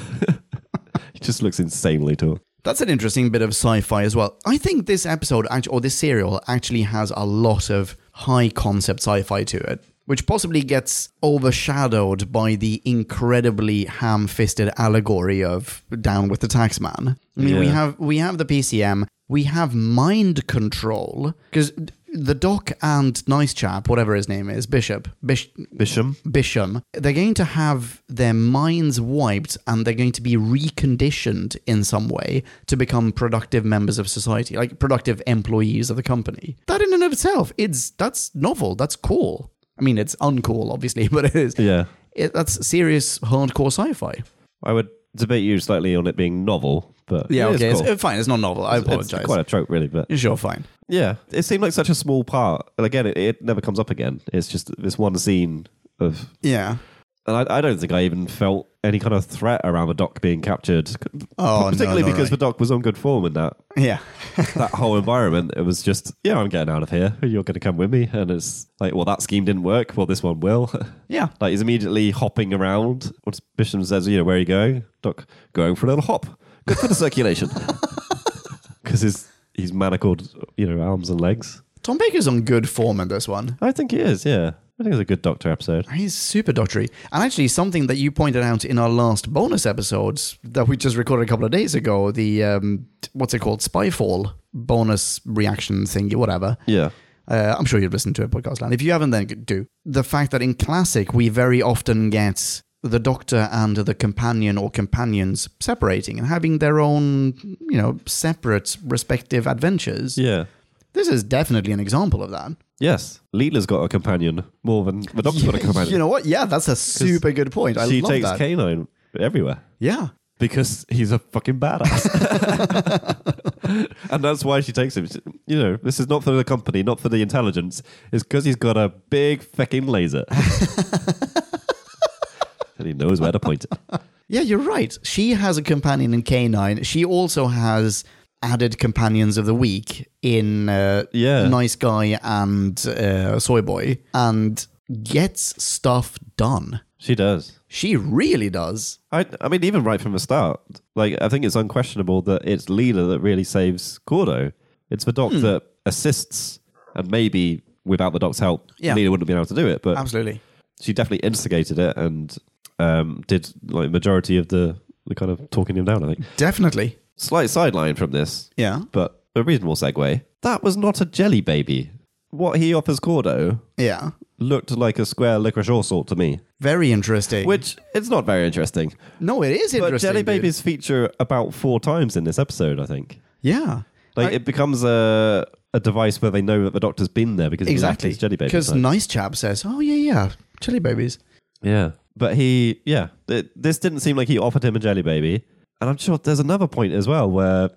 Speaker 1: he just looks insanely tall.
Speaker 2: That's an interesting bit of sci-fi as well. I think this episode act- or this serial actually has a lot of high concept sci-fi to it, which possibly gets overshadowed by the incredibly ham-fisted allegory of Down with the Taxman. I mean, we
Speaker 1: Yeah.
Speaker 2: have we have the PCM, we have mind control because the doc and nice chap, whatever his name is, Bishop, Bish-
Speaker 1: Bisham.
Speaker 2: Bisham, they're going to have their minds wiped and they're going to be reconditioned in some way to become productive members of society, like productive employees of the company. That in and of itself, it's that's novel. That's cool. I mean, it's uncool, obviously, but it is.
Speaker 1: Yeah.
Speaker 2: It, that's serious hardcore sci-fi.
Speaker 1: I would debate you slightly on it being novel, but it is
Speaker 2: it's,
Speaker 1: cool.
Speaker 2: uh, fine. It's not novel. I
Speaker 1: It's
Speaker 2: apologize.
Speaker 1: quite a trope, really, but
Speaker 2: sure, fine.
Speaker 1: yeah, it seemed like such a small part. And again, it, it never comes up again. It's just this one scene of,
Speaker 2: Yeah.
Speaker 1: and I, I don't think I even felt any kind of threat around the doc being captured,
Speaker 2: Oh, no,
Speaker 1: particularly
Speaker 2: no,
Speaker 1: because the
Speaker 2: right.
Speaker 1: doc was on good form in that
Speaker 2: Yeah.
Speaker 1: that whole environment. It was just, yeah, I'm getting out of here. You're going to come with me, and it's like, well, that scheme didn't work. Well, this one will.
Speaker 2: yeah.
Speaker 1: Like he's immediately hopping around. Once Bisham says, you know, where are you going? Doc, going for a little hop. Good for the circulation. Because his he's manacled, you know, arms and legs.
Speaker 2: Tom Baker's on good form in this one.
Speaker 1: I think he is, yeah. I think it's a good Doctor episode.
Speaker 2: He's super dodgy. And actually, something that you pointed out in our last bonus episodes that we just recorded a couple of days ago the, um, t- what's it called? Spyfall bonus reaction thingy, whatever.
Speaker 1: Yeah.
Speaker 2: Uh, I'm sure you've listened to it, podcast land. If you haven't, then do. The fact that in classic, we very often get the doctor and the companion or companions separating and having their own, you know, separate respective adventures.
Speaker 1: Yeah.
Speaker 2: This is definitely an example of that.
Speaker 1: Yes. Leela's got a companion more than the Doctor's got a companion.
Speaker 2: You know what? Yeah, that's a super good point. I
Speaker 1: she
Speaker 2: love
Speaker 1: takes
Speaker 2: that.
Speaker 1: Canine everywhere
Speaker 2: yeah.
Speaker 1: because he's a fucking badass. and that's why she takes him. She- You know, this is not for the company, not for the intelligence. It's because he's got a big fucking laser. and he knows where to point it.
Speaker 2: Yeah, you're right. She has a companion in K9. She also has added companions of the week in uh,
Speaker 1: Yeah.
Speaker 2: Nice Guy and uh, Soy Boy and gets stuff done.
Speaker 1: She does.
Speaker 2: She really does.
Speaker 1: I, I mean, even right from the start, like I think it's unquestionable that it's Leela that really saves Cordo. It's the Doc that assists, and maybe without the Doc's help,
Speaker 2: Yeah.
Speaker 1: Leela wouldn't have been able to do it. But
Speaker 2: Absolutely.
Speaker 1: she definitely instigated it and um, did like majority of the the kind of talking him down. I think
Speaker 2: Definitely.
Speaker 1: slight sideline from this,
Speaker 2: Yeah.
Speaker 1: but a reasonable segue. That was not a jelly baby. What he offers Cordo
Speaker 2: Yeah.
Speaker 1: looked like a square licorice or salt to me,
Speaker 2: Very interesting.
Speaker 1: which it's not very interesting.
Speaker 2: no, it is
Speaker 1: But
Speaker 2: interesting.
Speaker 1: jelly
Speaker 2: dude.
Speaker 1: babies feature about four times in this episode, I think.
Speaker 2: Yeah.
Speaker 1: Like
Speaker 2: I-
Speaker 1: it becomes a a device where they know that the doctor's been there because
Speaker 2: exactly.
Speaker 1: he left his jelly baby.
Speaker 2: Because
Speaker 1: type.
Speaker 2: Nice Chap says, oh, yeah, yeah, jelly babies.
Speaker 1: yeah, but he yeah, th- this didn't seem like he offered him a jelly baby. And I'm sure there's another point as well where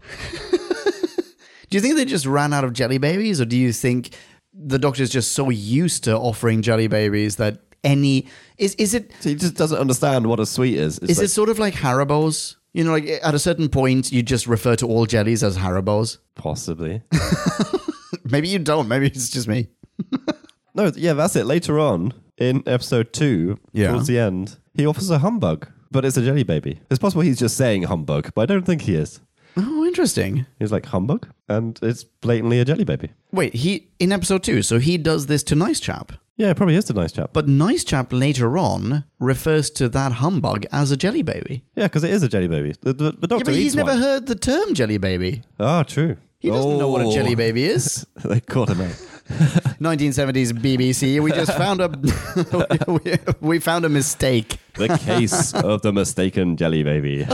Speaker 2: Do you think they just ran out of jelly babies, or do you think the doctor's just so used to offering jelly babies that any is is it
Speaker 1: he just doesn't understand what a sweet is. It's
Speaker 2: is
Speaker 1: like,
Speaker 2: it sort of like Haribo's? You know, like at a certain point, you just refer to all jellies as Haribo's.
Speaker 1: possibly?
Speaker 2: Maybe you don't. Maybe it's just me.
Speaker 1: no, yeah, that's it. Later on in episode two,
Speaker 2: Yeah.
Speaker 1: towards the end, he offers a humbug, but it's a jelly baby. It's possible he's just saying humbug, but I don't think he is.
Speaker 2: Oh, interesting.
Speaker 1: He's like humbug, and it's blatantly a jelly baby.
Speaker 2: Wait, he in episode two, so he does this to Nice Chap,
Speaker 1: Yeah, it probably is a nice chap.
Speaker 2: but Nice Chap later on refers to that humbug as a jelly baby.
Speaker 1: Yeah, because it is a jelly baby. The, the, the
Speaker 2: Yeah,
Speaker 1: doctor
Speaker 2: but
Speaker 1: eats
Speaker 2: he's never
Speaker 1: one.
Speaker 2: heard the term jelly baby.
Speaker 1: Ah, true. Oh,
Speaker 2: He doesn't know what a jelly baby is.
Speaker 1: they caught him out.
Speaker 2: 1970s BBC. We just found a we, we found a mistake.
Speaker 1: the case of the mistaken jelly baby.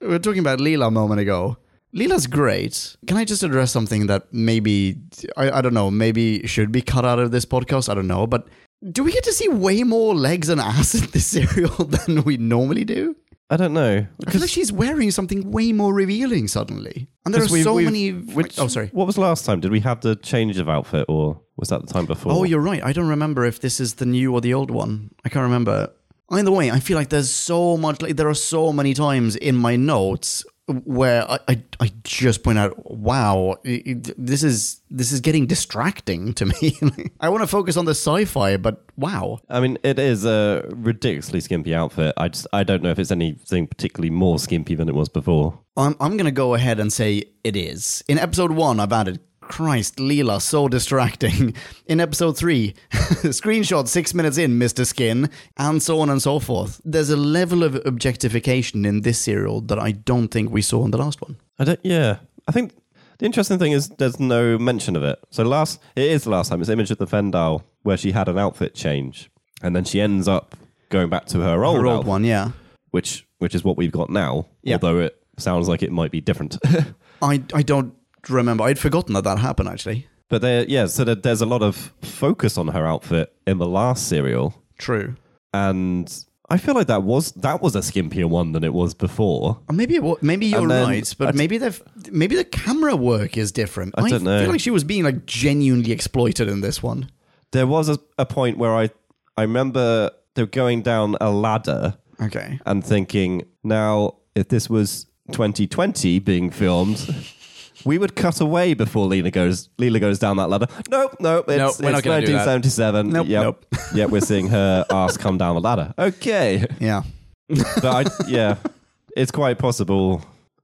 Speaker 2: We were talking about Leela a moment ago. Leela's great. Can I just address something that maybe I, I don't know, maybe should be cut out of this podcast? I don't know, but do we get to see way more legs and ass in this serial than we normally do?
Speaker 1: I don't know.
Speaker 2: I feel like she's wearing something way more revealing suddenly, and there are
Speaker 1: 'Cause we've-
Speaker 2: so
Speaker 1: we've-
Speaker 2: many.
Speaker 1: which-
Speaker 2: oh, sorry.
Speaker 1: What was last time? Did we have the change of outfit, or was that the time before?
Speaker 2: Oh, you're right. I don't remember if this is the new or the old one. I can't remember. Either way, I feel like there's so much. Like there are so many times in my notes where I, I, I just point out, wow, i- i- this is this is getting distracting to me. I want to focus on the sci-fi, but wow,
Speaker 1: I mean, it is a ridiculously skimpy outfit. I just I don't know if it's anything particularly more skimpy than it was before.
Speaker 2: I'm I'm gonna go ahead and say it is. In episode one, I've added. Christ, Leela, so distracting. In episode three, screenshot six minutes in, Mr. Skin, and so on and so forth. There's a level of objectification in this serial that I don't think we saw in the last one.
Speaker 1: I don't. Yeah, I think the interesting thing is there's no mention of it. So last, it is the last time. It's Image of the Fendal where she had an outfit change, and then she ends up going back to her old,
Speaker 2: Or
Speaker 1: outfit,
Speaker 2: old one, yeah.
Speaker 1: which which is what we've got now.
Speaker 2: Yeah.
Speaker 1: Although it sounds like it might be different.
Speaker 2: I, I don't remember. I'd forgotten that that happened, actually.
Speaker 1: but there, yeah. So there, there's a lot of focus on her outfit in the last serial,
Speaker 2: True.
Speaker 1: and I feel like that was that was a skimpier one than it was before.
Speaker 2: Or Uh, Maybe it wa- maybe you're
Speaker 1: And then-
Speaker 2: right,
Speaker 1: I
Speaker 2: but
Speaker 1: d-
Speaker 2: maybe the maybe the camera work is different.
Speaker 1: I don't know.
Speaker 2: feel like she was being like genuinely exploited in this one.
Speaker 1: There was a, a point where I I remember they were going down a ladder
Speaker 2: Okay.
Speaker 1: and thinking, now, if this was 2020 being filmed, we would cut away before Lena goes Leela goes down that ladder. Nope, nope, it's,
Speaker 2: we're not
Speaker 1: it's
Speaker 2: gonna do that.
Speaker 1: 1977.
Speaker 2: Nope,
Speaker 1: yep.
Speaker 2: nope.
Speaker 1: yep, we're seeing her ass come down the ladder. Okay.
Speaker 2: Yeah.
Speaker 1: But I, yeah, it's quite possible.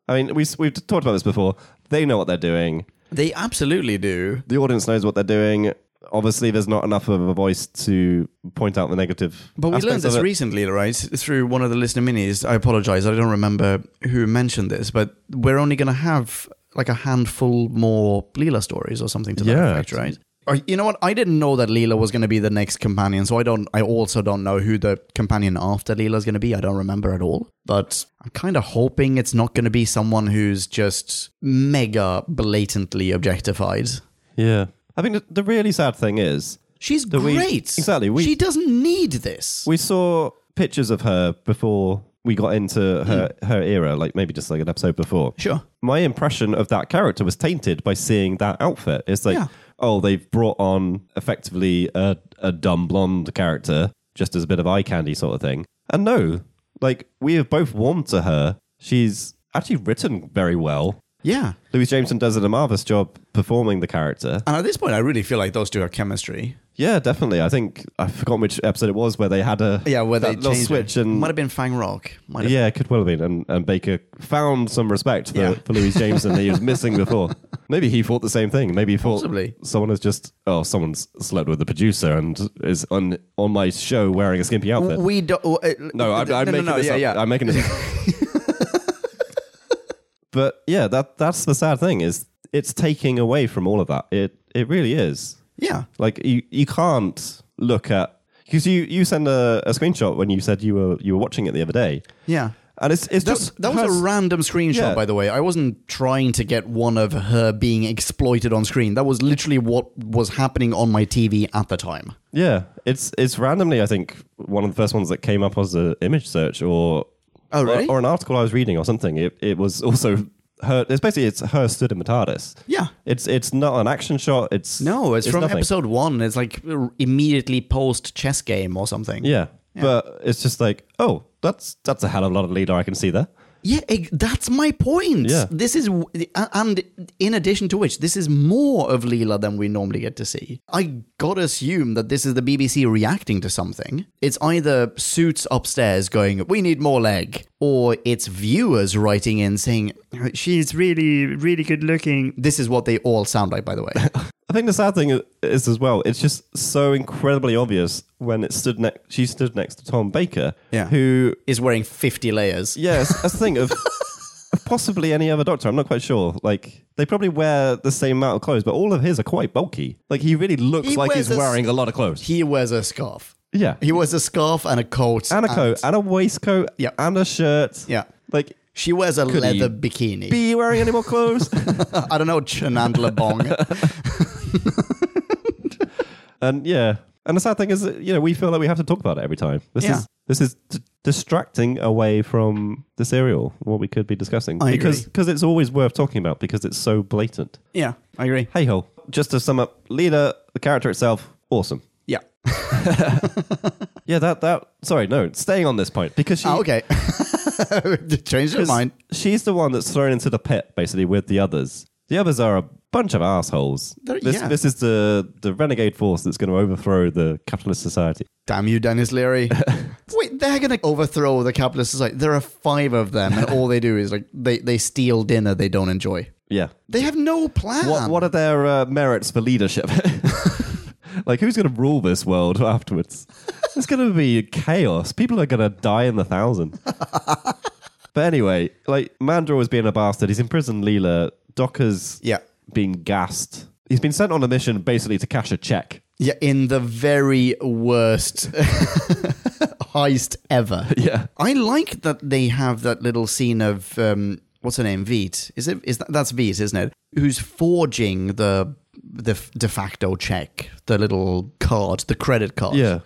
Speaker 1: I mean, we, we've talked about this before. They know what they're doing.
Speaker 2: They absolutely do.
Speaker 1: The audience knows what they're doing. Obviously, there's not enough of a voice to point out the negative.
Speaker 2: But we learned
Speaker 1: aspects of
Speaker 2: this
Speaker 1: it.
Speaker 2: recently, right? Through one of the listener minis. I apologize. I don't remember who mentioned this, but we're only going to have like a handful more Leela stories or something to that
Speaker 1: Yeah.
Speaker 2: effect, right? Or, you know what? I didn't know that Leela was going to be the next companion, so I don't. I also don't know who the companion after Leela is going to be. I don't remember at all. But I'm kind of hoping it's not going to be someone who's just mega blatantly objectified.
Speaker 1: Yeah. I think the, the really sad thing is
Speaker 2: She's
Speaker 1: we-
Speaker 2: great.
Speaker 1: exactly, we-
Speaker 2: she doesn't need this.
Speaker 1: We saw pictures of her before we got into her, her era, like maybe just like an episode before.
Speaker 2: Hmm. Sure.
Speaker 1: My impression of that character was tainted by seeing that outfit. It's like,
Speaker 2: Yeah.
Speaker 1: oh, they've brought on effectively a, a dumb blonde character just as a bit of eye candy sort of thing. And no, like we have both warmed to her. She's actually written very well.
Speaker 2: Yeah.
Speaker 1: Louis Jameson does a marvelous job performing the character.
Speaker 2: And at this point, I really feel like those two have chemistry.
Speaker 1: Yeah, definitely. I think I've forgotten which episode it was where they had a
Speaker 2: Yeah, where
Speaker 1: that
Speaker 2: they
Speaker 1: little
Speaker 2: changed
Speaker 1: switch
Speaker 2: it.
Speaker 1: and
Speaker 2: might have been Fang Rock. Might have
Speaker 1: yeah, it could well have been. And, and Baker found some respect for,
Speaker 2: Yeah.
Speaker 1: for Louis Jameson that he was missing before. Maybe he thought the same thing. Maybe he thought
Speaker 2: Possibly.
Speaker 1: someone has just oh someone's slept with the producer and is on on my show wearing a skimpy outfit.
Speaker 2: We do, uh,
Speaker 1: no, I'm, I'm making this up. I'm making this. up. but yeah, that that's the sad thing is it's taking away from all of that. It it really is.
Speaker 2: yeah,
Speaker 1: Like you, you can't look at because you you send a, a screenshot when you said you were you were watching it the other day,
Speaker 2: yeah.
Speaker 1: and it's it's
Speaker 2: That's,
Speaker 1: just
Speaker 2: that was a
Speaker 1: has-
Speaker 2: random screenshot,
Speaker 1: Yeah.
Speaker 2: by the way. I wasn't trying to get one of her being exploited on screen. That was literally what was happening on my TV at the time.
Speaker 1: yeah. It's it's randomly I think one of the first ones that came up was an image search or
Speaker 2: Oh, really?
Speaker 1: or, or an article I was reading or something. It it was also her. It's basically it's her stood in the TARDIS.
Speaker 2: Yeah.
Speaker 1: It's it's not an action shot. It's
Speaker 2: No, it's, from
Speaker 1: nothing.
Speaker 2: episode one. It's like r- immediately post chess game or something.
Speaker 1: Yeah. But it's just like, oh, that's that's a hell of a lot of leader I can see there.
Speaker 2: Yeah, ex- that's my point.
Speaker 1: Yeah.
Speaker 2: This is, w- a- and in addition to which, this is more of Leela than we normally get to see. I gotta assume that this is the BBC reacting to something. It's either suits upstairs going, we need more leg, or it's viewers writing in saying, she's really, really good looking. This is what they all sound like, by the way.
Speaker 1: I think the sad thing i- is as well. It's just so incredibly obvious when it stood next. She stood next to Tom Baker,
Speaker 2: Yeah.
Speaker 1: who
Speaker 2: is wearing 50 layers.
Speaker 1: yeah, it's- that's the thing of, of possibly any other doctor. I'm not quite sure. Like they probably wear the same amount of clothes, but all of his are quite bulky. Like he really looks
Speaker 2: He
Speaker 1: like
Speaker 2: wears
Speaker 1: he's
Speaker 2: a s-
Speaker 1: wearing a lot of clothes.
Speaker 2: He wears a scarf.
Speaker 1: Yeah,
Speaker 2: He wears a scarf and a coat.
Speaker 1: and a coat, and a waistcoat,
Speaker 2: Yeah.
Speaker 1: and a shirt.
Speaker 2: Yeah.
Speaker 1: like
Speaker 2: She wears a
Speaker 1: Could
Speaker 2: leather
Speaker 1: he
Speaker 2: bikini.
Speaker 1: be wearing any more clothes?
Speaker 2: I don't know, Chenandla Bong.
Speaker 1: And yeah, and the sad thing is, that, you know, we feel like we have to talk about it every time. This
Speaker 2: Yeah.
Speaker 1: is this is d- distracting away from the serial, what we could be discussing,
Speaker 2: I
Speaker 1: because
Speaker 2: agree.
Speaker 1: because it's always worth talking about because it's so blatant.
Speaker 2: Yeah, I agree.
Speaker 1: Hey ho! Just to sum up, Lena, the character itself, awesome.
Speaker 2: Yeah.
Speaker 1: Yeah, that that. Sorry, no, staying on this point because she.
Speaker 2: Oh, okay. Change your
Speaker 1: 'cause
Speaker 2: mind.
Speaker 1: She's the one that's thrown into the pit basically with the others. The others are a bunch of assholes.
Speaker 2: They're-
Speaker 1: This,
Speaker 2: yeah.
Speaker 1: this is the, the renegade force that's going to overthrow the capitalist society.
Speaker 2: Damn you, Dennis Leary. Wait, they're going to overthrow the capitalist society. There are five of them, and all they do is like they, they steal dinner they don't enjoy.
Speaker 1: Yeah,
Speaker 2: They have no plan.
Speaker 1: What, what are their uh, merits for leadership? like, who's going to rule this world afterwards? It's going to be chaos. People are going to die in the thousand. but anyway, like, Mandra was being a bastard. He's imprisoned Leela. Docker's
Speaker 2: Yeah.
Speaker 1: been gassed. He's been sent on a mission basically to cash a check.
Speaker 2: Yeah, in the very worst heist ever.
Speaker 1: Yeah.
Speaker 2: I like that they have that little scene of um, what's her name, Veet. Is it? Is that, that's Veet, isn't it? Who's forging the the f- de facto check, the little card, the credit card?
Speaker 1: Yeah.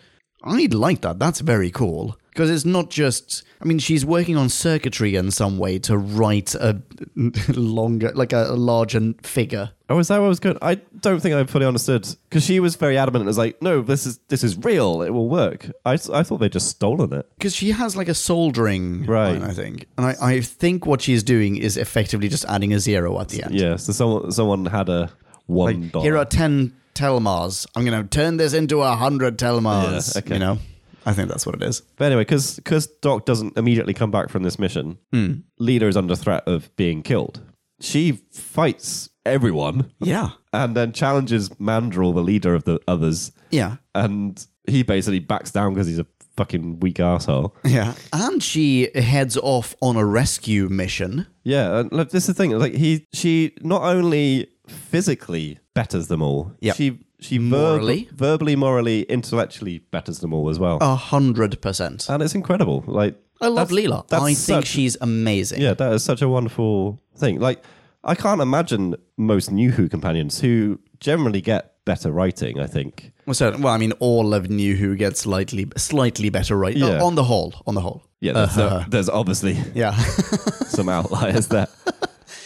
Speaker 2: I like that. That's very cool because it's not just. I mean, she's working on circuitry in some way to write a longer, like a, a larger figure.
Speaker 1: Oh, is that what was good? I don't think I fully understood because she was very adamant. It was like, no, this is this is real. It will work. I, I thought they'd just stolen it.
Speaker 2: Because she has like a soldering
Speaker 1: Right.
Speaker 2: line, I think. And I, I think what she's doing is effectively just adding a zero at the end.
Speaker 1: Yeah. So someone someone had a one dollar.
Speaker 2: Here are 10 Telmars. I'm going to turn this into a 100 Telmars.
Speaker 1: Yeah, okay.
Speaker 2: You know, I think that's what it is.
Speaker 1: But anyway, because Doc doesn't immediately come back from this mission,
Speaker 2: Hmm.
Speaker 1: Leela is under threat of being killed. She fights everyone
Speaker 2: Yeah.
Speaker 1: and then challenges Mandrill, the leader of the others,
Speaker 2: Yeah.
Speaker 1: and he basically backs down because he's a fucking weak asshole.
Speaker 2: Yeah. And she heads off on a rescue mission.
Speaker 1: Yeah, and look, this is the thing. Like he, she not only physically betters them all,
Speaker 2: Yep.
Speaker 1: she she verb-
Speaker 2: Morally.
Speaker 1: verbally, morally, intellectually betters them all as well.
Speaker 2: A hundred percent.
Speaker 1: And it's incredible. Like
Speaker 2: I love
Speaker 1: Uh, that's-
Speaker 2: Leela.
Speaker 1: that's
Speaker 2: I think
Speaker 1: such-
Speaker 2: she's amazing.
Speaker 1: Yeah, that is such a wonderful thing. Like, I can't imagine most new Who companions who generally get better writing, I think.
Speaker 2: Well, so, well, I mean, all of New Who gets slightly, slightly better, right?
Speaker 1: Yeah.
Speaker 2: On the whole, on the whole.
Speaker 1: Yeah, there's,
Speaker 2: Uh-huh.
Speaker 1: no- there's obviously
Speaker 2: Yeah.
Speaker 1: some outliers there.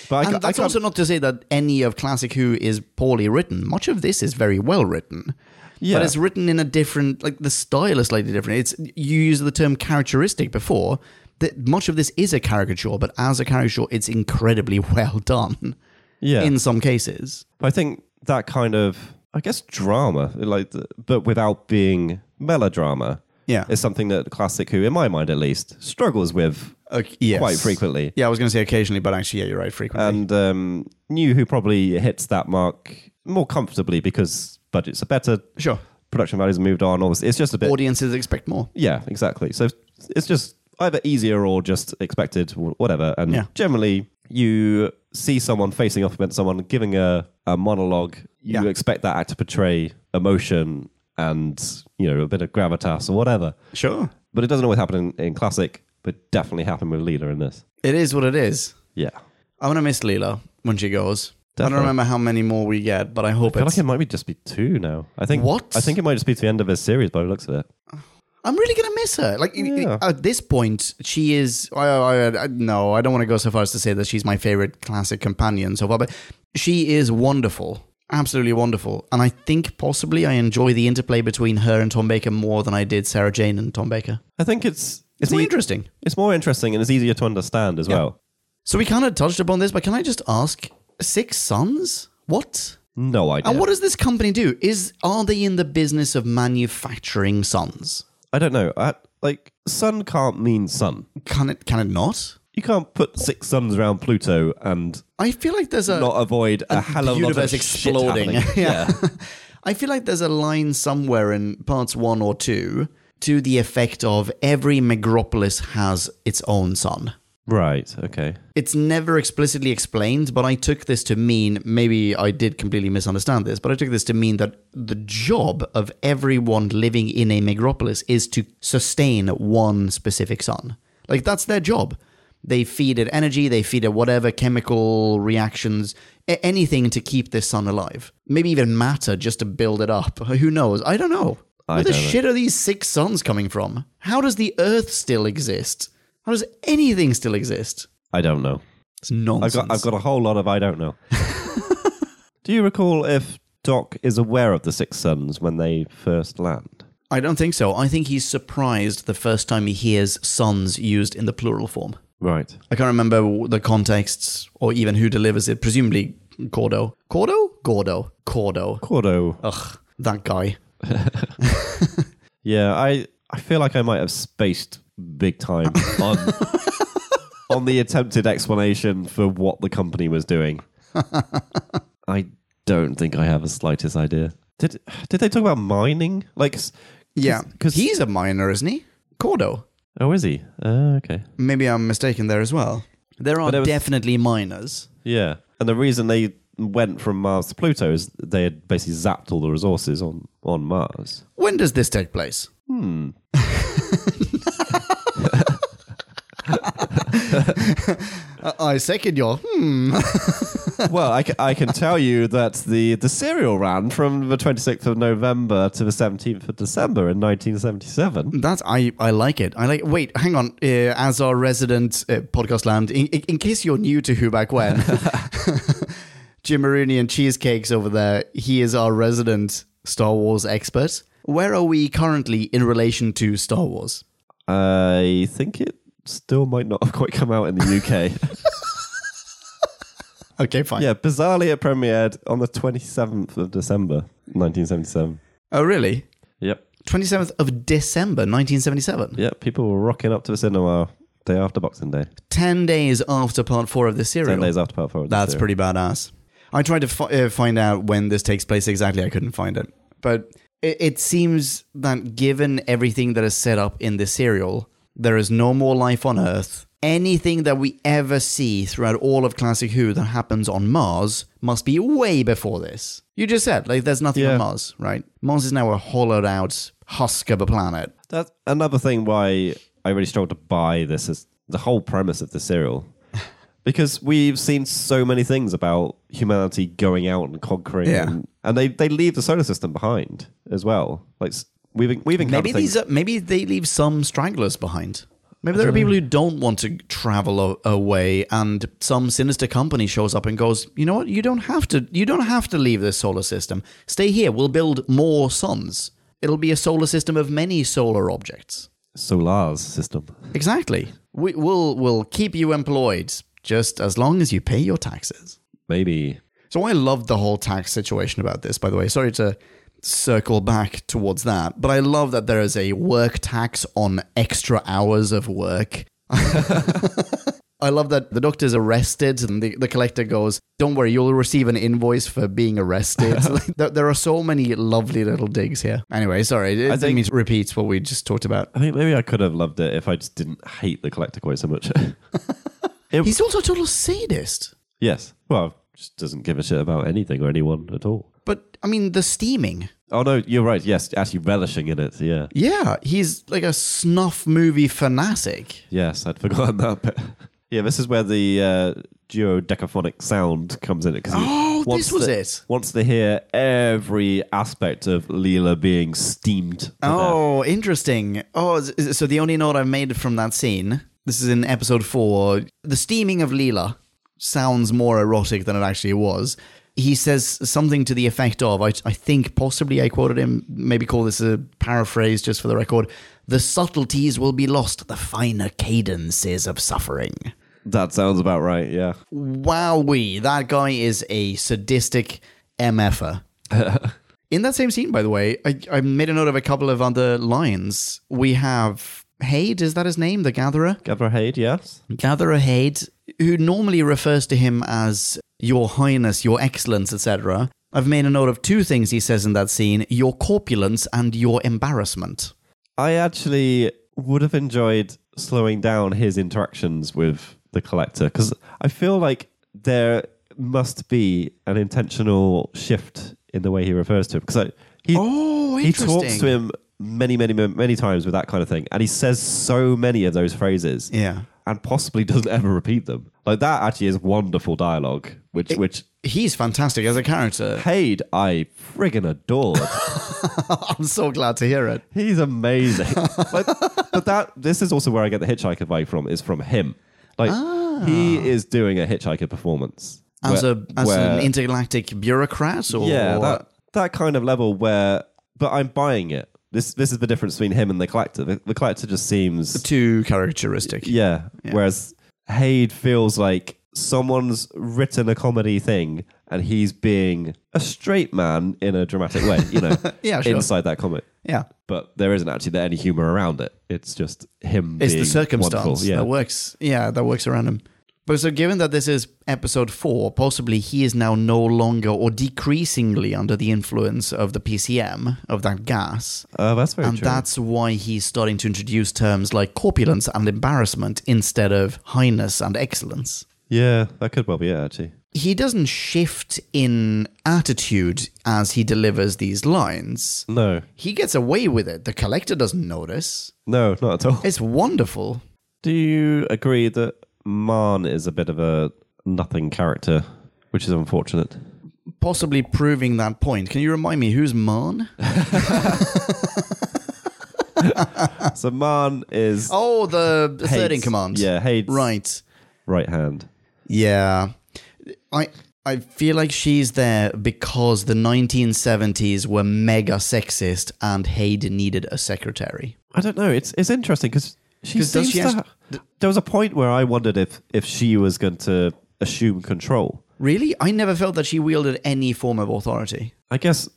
Speaker 1: But I, ca-
Speaker 2: and
Speaker 1: I
Speaker 2: that's
Speaker 1: can't-
Speaker 2: also not to say that any of Classic Who is poorly written. Much of this is very well written.
Speaker 1: Yeah.
Speaker 2: But it's written in a different, like the style is slightly different. It's you used the term characteristic before. That much of this is a caricature, but as a caricature, it's incredibly well done
Speaker 1: yeah.
Speaker 2: in some cases.
Speaker 1: I think that kind of, I guess, drama, like, the- but without being melodrama,
Speaker 2: Yeah.
Speaker 1: is something that classic Who, in my mind at least, struggles with
Speaker 2: Okay, yes.
Speaker 1: quite frequently.
Speaker 2: Yeah, I was going to say occasionally, but actually, yeah, you're right, frequently.
Speaker 1: And um, New Who probably hits that mark more comfortably because budgets are better,
Speaker 2: sure.
Speaker 1: production values have moved on. All this, it's just a bit,
Speaker 2: Audiences expect more.
Speaker 1: yeah, exactly. So it's just either easier or just expected, wh- whatever. And
Speaker 2: Yeah.
Speaker 1: generally, you see someone facing off against someone, giving a, a monologue. You
Speaker 2: Yeah.
Speaker 1: expect that act to portray emotion and you know a bit of gravitas or whatever.
Speaker 2: Sure.
Speaker 1: But it doesn't always happen in, in classic, but definitely happened with Leela in this.
Speaker 2: It is what it is.
Speaker 1: Yeah,
Speaker 2: I'm going to miss Leela when she goes. I
Speaker 1: Definitely.
Speaker 2: don't remember how many more we get, but I
Speaker 1: I
Speaker 2: hope
Speaker 1: feel
Speaker 2: it's.
Speaker 1: like it might be just be two now. I think
Speaker 2: What?
Speaker 1: I think it might just be to the end of this series by the looks of it.
Speaker 2: I'm really gonna miss her. Like y- y-
Speaker 1: Yeah.
Speaker 2: at this point, she is. I, I, I, no, I don't want to go so far as to say that she's my favorite classic companion so far, but she is wonderful, absolutely wonderful. And I think possibly I enjoy the interplay between her and Tom Baker more than I did Sarah Jane and Tom Baker.
Speaker 1: I think it's
Speaker 2: It's more
Speaker 1: e-
Speaker 2: interesting.
Speaker 1: It's more interesting and it's easier to understand as
Speaker 2: Yeah.
Speaker 1: well.
Speaker 2: So we kind of touched upon this, but can I just ask six sons? What?
Speaker 1: No idea.
Speaker 2: And what does this company do? Is are they in the business of manufacturing sons?
Speaker 1: I don't know. I, like, sun can't mean sun.
Speaker 2: Can it? Can it not?
Speaker 1: You can't put six suns around Pluto and
Speaker 2: I feel like there's a
Speaker 1: not avoid a hell
Speaker 2: Uh, the
Speaker 1: of a lot
Speaker 2: universe
Speaker 1: of
Speaker 2: exploding.
Speaker 1: Shit happening.
Speaker 2: yeah. I feel like there's a line somewhere in parts one or two to the effect of every megropolis has its own sun.
Speaker 1: Right. Okay.
Speaker 2: It's never explicitly explained, but I took this to mean maybe I did completely misunderstand this, but I took this to mean that the job of everyone living in a megropolis is to sustain one specific sun. Like that's their job. They feed it energy, they feed it whatever chemical reactions, a- anything to keep this sun alive. Maybe even matter just to build it up. Who knows? I don't know.
Speaker 1: I
Speaker 2: Where the
Speaker 1: don't know.
Speaker 2: shit are these six suns coming from? How does the earth still exist? How does anything still exist?
Speaker 1: I don't know.
Speaker 2: It's nonsense.
Speaker 1: I've got, I've got a whole lot of I don't know. Do you recall if Doc is aware of the six suns when they first land?
Speaker 2: I don't think so. I think he's surprised the first time he hears sons used in the plural form.
Speaker 1: Right.
Speaker 2: I can't remember w- the contexts or even who delivers it. Presumably Cordo. Cordo? Gordo. Cordo.
Speaker 1: Cordo.
Speaker 2: Ugh, that guy.
Speaker 1: Yeah, I, I feel like I might have spaced big time on on the attempted explanation for what the company was doing. I don't think I have a slightest idea. Did did they talk about mining? Like, s-
Speaker 2: Yeah,
Speaker 1: 'cause-
Speaker 2: because he's a minor, isn't he? Cordo.
Speaker 1: oh, is he? Uh, okay,
Speaker 2: Maybe I'm mistaken there as well. There are
Speaker 1: there was-
Speaker 2: definitely minors.
Speaker 1: yeah. And the reason they went from Mars to Pluto is they had basically zapped all the resources on on Mars.
Speaker 2: When does this take place? Hmm. I second your hmm.
Speaker 1: well, I, ca- I can tell you that the, the serial ran from the 26th of November to the 17th of December in 1977.
Speaker 2: That's I I like it. I like. Wait, hang on. Uh, as our resident uh, podcast land, in, in, in case you're new to Who Back When, Jim Maroney and Cheesecakes over there. He is our resident Star Wars expert. Where are we currently in relation to Star Wars?
Speaker 1: I think it still might not have quite come out in the UK.
Speaker 2: Okay, fine.
Speaker 1: yeah, bizarrely, it premiered on the 27th of December, 1977.
Speaker 2: Oh, really?
Speaker 1: Yep.
Speaker 2: Twenty seventh of December, nineteen seventy seven.
Speaker 1: Yep, people were rocking up to the cinema day after Boxing Day.
Speaker 2: Ten days after part four of the serial.
Speaker 1: 10 days after Part 4. of the
Speaker 2: That's
Speaker 1: series.
Speaker 2: pretty badass. I tried to fi- uh, find out when this takes place exactly. I couldn't find it. But it, it seems that given everything that is set up in this serial, there is no more life on Earth. Anything that we ever see throughout all of Classic Who that happens on Mars must be way before this. You just said, like, there's nothing on
Speaker 1: Yeah.
Speaker 2: Mars, right? Mars is now a hollowed out husk of a planet.
Speaker 1: That's another thing why I really struggled to buy this is the whole premise of the serial. Because we've seen so many things about humanity going out and conquering,
Speaker 2: Yeah.
Speaker 1: and, and they, they leave the solar system behind as well. Like s- we've we've encountered
Speaker 2: Maybe
Speaker 1: things.
Speaker 2: these are, maybe they leave some stragglers behind. Maybe there are people who don't want to travel a- away, and some sinister company shows up and goes, "You know what? You don't have to. You don't have to leave this solar system. Stay here. We'll build more suns. It'll be a solar system of many solar objects.
Speaker 1: Solar's system.
Speaker 2: Exactly. We, we'll we'll keep you employed just as long as you pay your taxes."
Speaker 1: Maybe.
Speaker 2: So I loved the whole tax situation about this, by the way. Sorry to circle back towards that, but I love that there is a work tax on extra hours of work. I love that the doctor's arrested and the, the collector goes, Don't worry, you'll receive an invoice for being arrested. there, there are so many lovely little digs here. Anyway, sorry, I didn't
Speaker 1: think-
Speaker 2: mean to repeat what we just talked about.
Speaker 1: I think maybe I could have loved it if I just didn't hate the collector quite so much.
Speaker 2: He's also a total sadist.
Speaker 1: yes. Well, just doesn't give a shit about anything or anyone at all.
Speaker 2: But I mean, the steaming.
Speaker 1: Oh no, you're right. Yes, actually relishing in it. Yeah.
Speaker 2: Yeah, he's like a snuff movie fanatic.
Speaker 1: Yes, I'd forgotten that bit. yeah, this is where the uh, duodecaphonic sound comes in. Because
Speaker 2: Oh, this was it.
Speaker 1: Once they hear every aspect of Leela being steamed. to death.
Speaker 2: Oh, interesting. Oh, is- is- so the only note I've made from that scene, this is in episode four, the steaming of Leela sounds more erotic than it actually was. He says something to the effect of, I, I think possibly I quoted him, maybe call this a paraphrase just for the record the subtleties will be lost, the finer cadences of suffering.
Speaker 1: that sounds about right. Yeah.
Speaker 2: Wowee, that guy is a sadistic MFer. In that same scene, by the way, I, I made a note of a couple of other lines. We have Haid, is that his name? The Gatherer?
Speaker 1: Gatherer Haid. Yes.
Speaker 2: Gatherer Haid, who normally refers to him as Your Highness, Your Excellence, etc. I've made a note of two things he says in that scene your corpulence and your embarrassment.
Speaker 1: I actually would have enjoyed slowing down his interactions with the collector because I feel like there must be an intentional shift in the way he refers to him because he
Speaker 2: Oh,
Speaker 1: he talks
Speaker 2: interesting.
Speaker 1: to him many many many many times with that kind of thing and he says so many of those phrases
Speaker 2: Yeah.
Speaker 1: and possibly doesn't ever repeat them like that actually is wonderful dialogue which which
Speaker 2: He's fantastic as a character.
Speaker 1: Haid I friggin adored
Speaker 2: I'm so glad to hear it.
Speaker 1: He's amazing. like, but that this is also where I get the hitchhiker vibe from is from him. Like he is doing a hitchhiker performance
Speaker 2: Ah. As,
Speaker 1: where-
Speaker 2: a, as
Speaker 1: where-
Speaker 2: an intergalactic bureaucrat? Or
Speaker 1: yeah that that kind of level where but I'm buying it. This this is the difference between him and the collector. The, the collector just seems
Speaker 2: too characteristic.
Speaker 1: yeah, Whereas Haid feels like someone's written a comedy thing and he's being a straight man in a dramatic way. You know,
Speaker 2: Yeah, sure.
Speaker 1: inside that comic.
Speaker 2: Yeah.
Speaker 1: but there isn't actually any humor around it. It's just him.
Speaker 2: It's
Speaker 1: being
Speaker 2: the circumstance
Speaker 1: wonderful. Yeah.
Speaker 2: that works. Yeah, that works around him. But so given that this is episode four, possibly he is now no longer or decreasingly under the influence of the PCM, of that gas.
Speaker 1: Uh, that's very
Speaker 2: And
Speaker 1: true.
Speaker 2: that's why he's starting to introduce terms like corpulence and embarrassment instead of highness and excellence.
Speaker 1: yeah, that could well be it actually.
Speaker 2: he doesn't shift in attitude as he delivers these lines.
Speaker 1: No,
Speaker 2: He gets away with it. The collector doesn't notice.
Speaker 1: no, not at all.
Speaker 2: It's wonderful.
Speaker 1: Do you agree that Marn is a bit of a nothing character, which is unfortunate?
Speaker 2: Possibly proving that point. Can you remind me who's Marn?
Speaker 1: so Marn is
Speaker 2: Oh, the the third in
Speaker 1: Haid's-
Speaker 2: command.
Speaker 1: Yeah, Haid's
Speaker 2: Right.
Speaker 1: right hand.
Speaker 2: Yeah. I I feel like she's there because the 1970s were mega sexist and Haid needed a secretary.
Speaker 1: I don't know. It's it's interesting because she
Speaker 2: 'Cause does
Speaker 1: seems
Speaker 2: she
Speaker 1: to.
Speaker 2: act-
Speaker 1: ha- there was a point where I wondered if if she was going to assume control.
Speaker 2: Really? I never felt that she wielded any form of authority.
Speaker 1: I guess,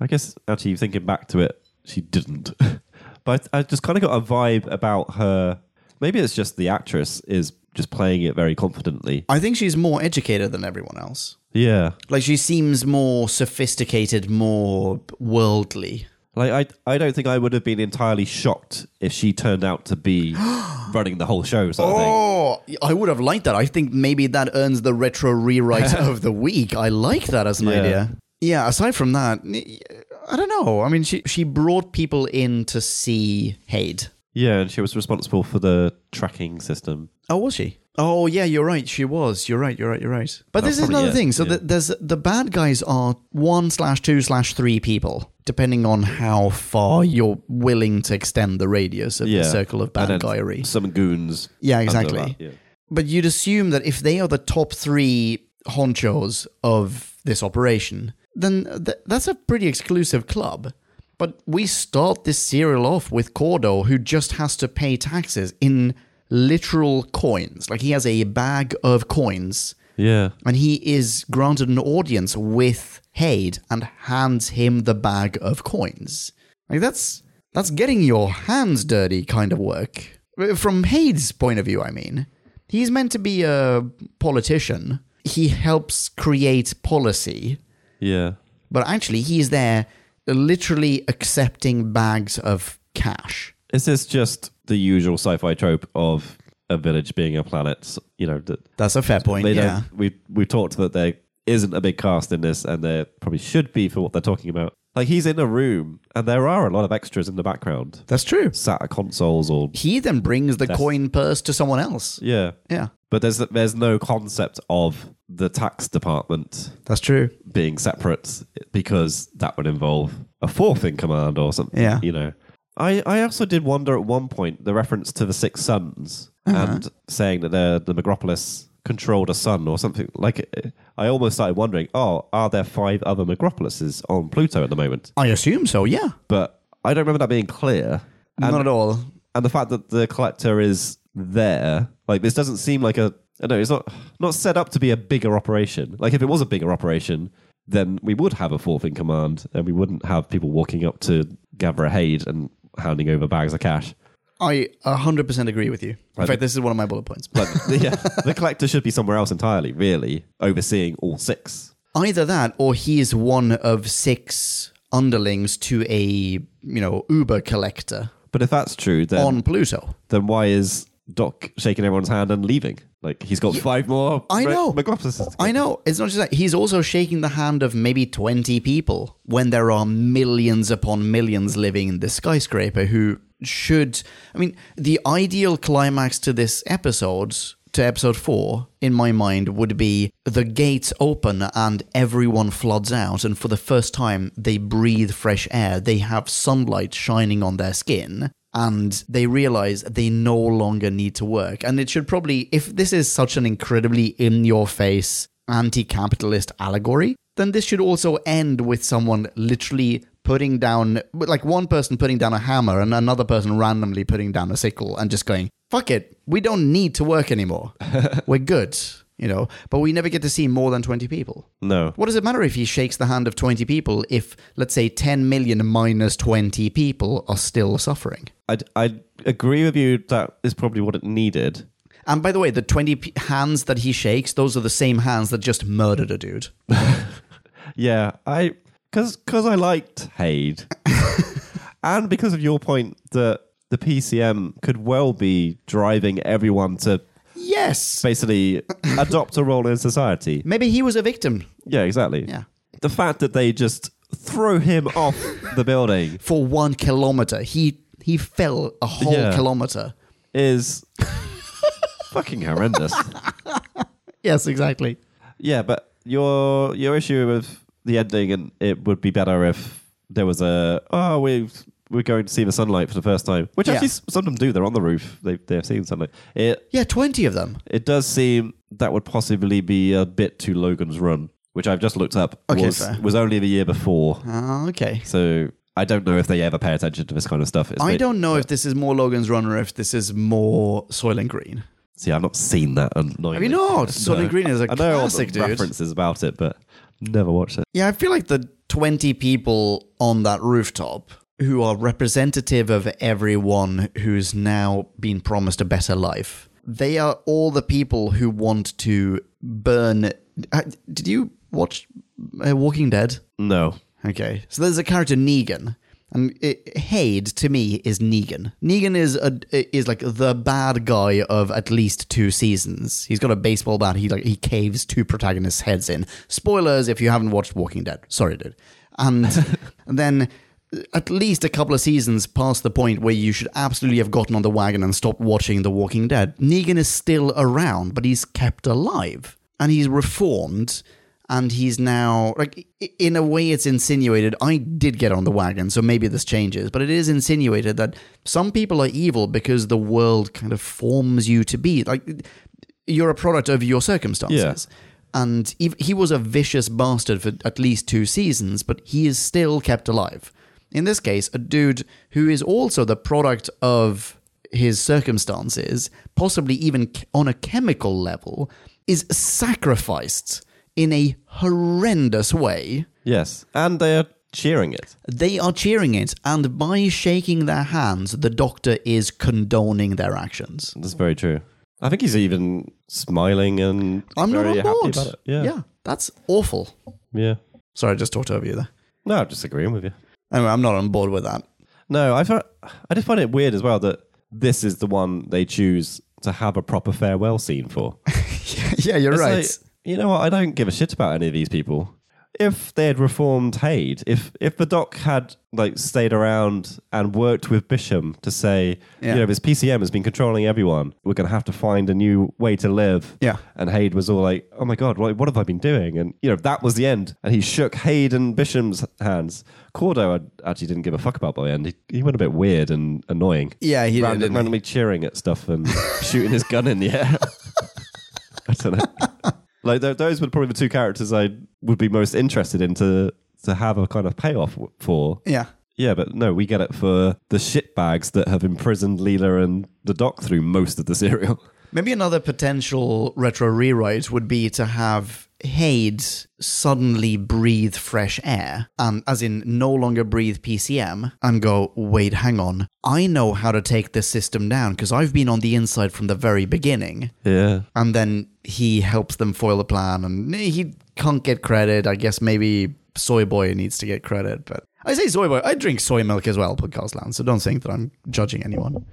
Speaker 1: I guess actually thinking back to it, she didn't. but I just kind of got a vibe about her. Maybe it's just the actress is just playing it very confidently.
Speaker 2: I think she's more educated than everyone else.
Speaker 1: Yeah,
Speaker 2: Like she seems more sophisticated, more worldly.
Speaker 1: like I, I don't think I would have been entirely shocked if she turned out to be running the whole show. Sort of thing.
Speaker 2: Oh, I would have liked that. I think maybe that earns the retro rewrite of the week. I like that as an
Speaker 1: Yeah.
Speaker 2: idea. Yeah, aside from that, I don't know. I mean, she she brought people in to see Haid.
Speaker 1: Yeah, and she was responsible for the tracking system.
Speaker 2: Oh, was she? Oh, yeah, you're right. She was. You're right. You're right. You're right. But
Speaker 1: That's
Speaker 2: this is
Speaker 1: probably
Speaker 2: another
Speaker 1: it,
Speaker 2: thing. So
Speaker 1: yeah.
Speaker 2: th there's the bad guys are one slash two slash three people. depending on how far you're willing to extend the radius of
Speaker 1: Yeah.
Speaker 2: the circle of
Speaker 1: And
Speaker 2: bad
Speaker 1: then
Speaker 2: diary.
Speaker 1: Some goons.
Speaker 2: Yeah,
Speaker 1: under
Speaker 2: exactly.
Speaker 1: that, yeah.
Speaker 2: But you'd assume that if they are the top three honchos of this operation, then th- that's a pretty exclusive club. But we start this serial off with Cordo, who just has to pay taxes in literal coins. Like he has a bag of coins,
Speaker 1: Yeah.
Speaker 2: and he is granted an audience with Haid and hands him the bag of coins. Like that's that's getting your hands dirty kind of work. Uh, From Haid's point of view, I mean. He's meant to be a politician. He helps create policy,
Speaker 1: Yeah.
Speaker 2: but actually he's there literally accepting bags of cash.
Speaker 1: Is this just the usual sci-fi trope of a village being a planet? s- You know, that
Speaker 2: That's a fair point,
Speaker 1: they
Speaker 2: yeah.
Speaker 1: don't. We we talked that there isn't a big cast in this, and there probably should be for what they're talking about. Like he's in a room, and there are a lot of extras in the background,
Speaker 2: That's true.
Speaker 1: sat at consoles or
Speaker 2: He then brings the
Speaker 1: That's-
Speaker 2: coin purse to someone else.
Speaker 1: yeah.
Speaker 2: Yeah,
Speaker 1: But there's there's no concept of the tax department
Speaker 2: that's true.
Speaker 1: being separate because that would involve a fourth in command or something.
Speaker 2: Yeah.
Speaker 1: You know. I, I also did wonder at one point the reference to the six suns
Speaker 2: Uh-huh.
Speaker 1: and saying that the the Megropolis controlled a sun or something like it. I almost started wondering, oh, are there five other Megropolises on Pluto at the moment?
Speaker 2: I assume so, yeah.
Speaker 1: But I don't remember that being clear. And,
Speaker 2: Not at all.
Speaker 1: and the fact that the collector is there, like this doesn't seem like a I don't know, it's not not set up to be a bigger operation. Like if it was a bigger operation, then we would have a fourth in command and we wouldn't have people walking up to gather a Haid and handing over bags of cash.
Speaker 2: I 100% agree with you. In
Speaker 1: Right.
Speaker 2: fact, this is one of my bullet points.
Speaker 1: Like yeah, the collector should be somewhere else entirely, really, overseeing all six.
Speaker 2: Either that, or he is one of six underlings to a you know Uber collector
Speaker 1: But if that's true, then
Speaker 2: on Pluto.
Speaker 1: then why is Doc shaking everyone's hand and leaving? Like he's got five more.
Speaker 2: I
Speaker 1: Re-
Speaker 2: know.
Speaker 1: Megalopolises to
Speaker 2: I know it's not just that he's also shaking the hand of maybe twenty people when there are millions upon millions living in this skyscraper who should. I mean, the ideal climax to this episode. To episode four, in my mind, would be the gates open and everyone floods out, and for the first time, they breathe fresh air. They have sunlight shining on their skin, and they realize they no longer need to work. And it should probably, if this is such an incredibly in your face anti capitalist allegory, then this should also end with someone literally putting down, like one person putting down a hammer and another person randomly putting down a sickle and just going, fuck it, we don't need to work anymore. We're good, you know, but we never get to see more than 20 people.
Speaker 1: No.
Speaker 2: What does it matter if he shakes the hand of 20 people if, let's say, 10 million minus 20 people are still suffering?
Speaker 1: I I agree with you that is probably what it needed.
Speaker 2: And by the way, the 20 p- hands that he shakes, those are the same hands that just murdered a dude.
Speaker 1: Yeah, I because because I liked Haid, and because of your point that the PCM could well be driving everyone to
Speaker 2: Yes.
Speaker 1: basically adopt a role in society.
Speaker 2: Maybe he was a victim
Speaker 1: Yeah, exactly.
Speaker 2: Yeah.
Speaker 1: the fact that they just throw him off the building
Speaker 2: for one kilometer. He he fell a whole
Speaker 1: Yeah.
Speaker 2: kilometer.
Speaker 1: is fucking horrendous.
Speaker 2: Yes, exactly.
Speaker 1: Yeah, but your your issue with the ending, and it would be better if there was a oh we we're going to see the sunlight for the first time, which
Speaker 2: Yeah.
Speaker 1: actually s- some of them do. They're on the roof. They they're seeing sunlight. It
Speaker 2: Yeah, 20 of them.
Speaker 1: it does seem that would possibly be a bit too Logan's Run, which I've just looked up.
Speaker 2: Okay,
Speaker 1: was,
Speaker 2: fair.
Speaker 1: was only the year before,
Speaker 2: Ah, okay.
Speaker 1: so I don't know if they ever pay attention to this kind of stuff. It's
Speaker 2: I
Speaker 1: been-
Speaker 2: don't know if this is more Logan's Run or if this is more Soil and Green.
Speaker 1: see. I've not seen that. Annoyingly.
Speaker 2: Have you not? Soil and Green is a
Speaker 1: I know all
Speaker 2: classic,
Speaker 1: the
Speaker 2: dude.
Speaker 1: references about it, but never watched it.
Speaker 2: Yeah, I feel like the 20 people on that rooftop who are representative of everyone who's now been promised a better life. They are all the people who want to burn. Uh, Did you watch uh, Walking Dead?
Speaker 1: No.
Speaker 2: Okay. So there's a character Negan, and it, Haid to me is Negan. Negan is a, is like the bad guy of at least two seasons. He's got a baseball bat. He like he caves two protagonists' heads in. Spoilers if you haven't watched Walking Dead. Sorry, dude. And then at least a couple of seasons past the point where you should absolutely have gotten on the wagon and stopped watching The Walking Dead. Negan is still around, but he's kept alive and he's reformed and he's now like i- in a way it's insinuated i did get on the wagon so maybe this changes but it is insinuated that some people are evil because the world kind of forms you to be like you're a product of your circumstances and he, he was a vicious bastard for at least two seasons but he is still kept alive in this case a dude who is also the product of his circumstances possibly even ch- on a chemical level is sacrificed in a horrendous way.
Speaker 1: Yes, and they are cheering it.
Speaker 2: They are cheering it, and by shaking their hands, the doctor is condoning their actions.
Speaker 1: That's very true. I think he's even smiling and
Speaker 2: I'm not
Speaker 1: very
Speaker 2: on
Speaker 1: happy
Speaker 2: board.
Speaker 1: about it. Yeah. yeah,
Speaker 2: that's awful. Sorry, I just talked over you there.
Speaker 1: No, I'm disagreeing with you.
Speaker 2: Anyway, I'm not on board with that.
Speaker 1: No, I thought I just find it weird as well that this is the one they choose to have a proper farewell scene for.
Speaker 2: yeah, you're
Speaker 1: It's
Speaker 2: right.
Speaker 1: like, you know what? I don't give a shit about any of these people. If they had reformed Haid, if if the doc had like stayed around and worked with Bisham to say,
Speaker 2: Yeah.
Speaker 1: you know, this PCM has been controlling everyone. We're going to have to find a new way to live.
Speaker 2: Yeah.
Speaker 1: And Haid was all like, "Oh my god, what, what have I been doing?" And you know, that was the end. And he shook Haid and Bisham's hands. Cordo, I actually didn't give a fuck about by the end. He, he went a bit weird and annoying.
Speaker 2: Yeah, he did,
Speaker 1: Random-
Speaker 2: didn't he?
Speaker 1: randomly cheering at stuff and shooting his gun in the air. I don't know. Like th- those were probably the two characters I would be most interested in to to have a kind of payoff w- for.
Speaker 2: yeah.
Speaker 1: Yeah, but no, we get it for the shitbags that have imprisoned Leela and the Doc through most of the serial.
Speaker 2: Maybe another potential retro rewrite would be to have Haid suddenly breathe fresh air, um, as in no longer breathe PCM, and go, wait, hang on. I know how to take this system down because I've been on the inside from the very beginning.
Speaker 1: Yeah.
Speaker 2: And then he helps them foil the plan, and he can't get credit. I guess maybe Soy Boy needs to get credit, but I say Soy Boy. I drink soy milk as well, podcast land. So don't think that I'm judging anyone.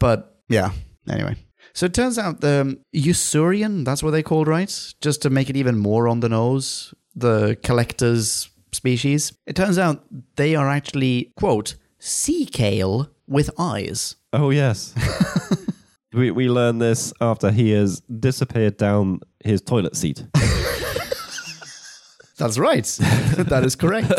Speaker 2: but yeah, anyway. So it turns out the Usurian, that's what they called, right? Just to make it even more on the nose, the collector's species. It turns out they are actually, quote, sea kale with eyes.
Speaker 1: Oh yes. we we learn this after he has disappeared down his toilet seat.
Speaker 2: That's right. that is correct.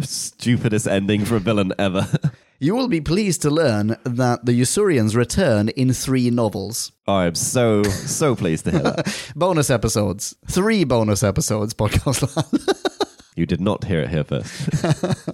Speaker 1: Stupidest ending for a villain ever.
Speaker 2: You will be pleased to learn that the Usurians return in three novels.
Speaker 1: I am so so pleased to hear that.
Speaker 2: Bonus episodes. Three bonus episodes, podcast land.
Speaker 1: You did not hear it here first.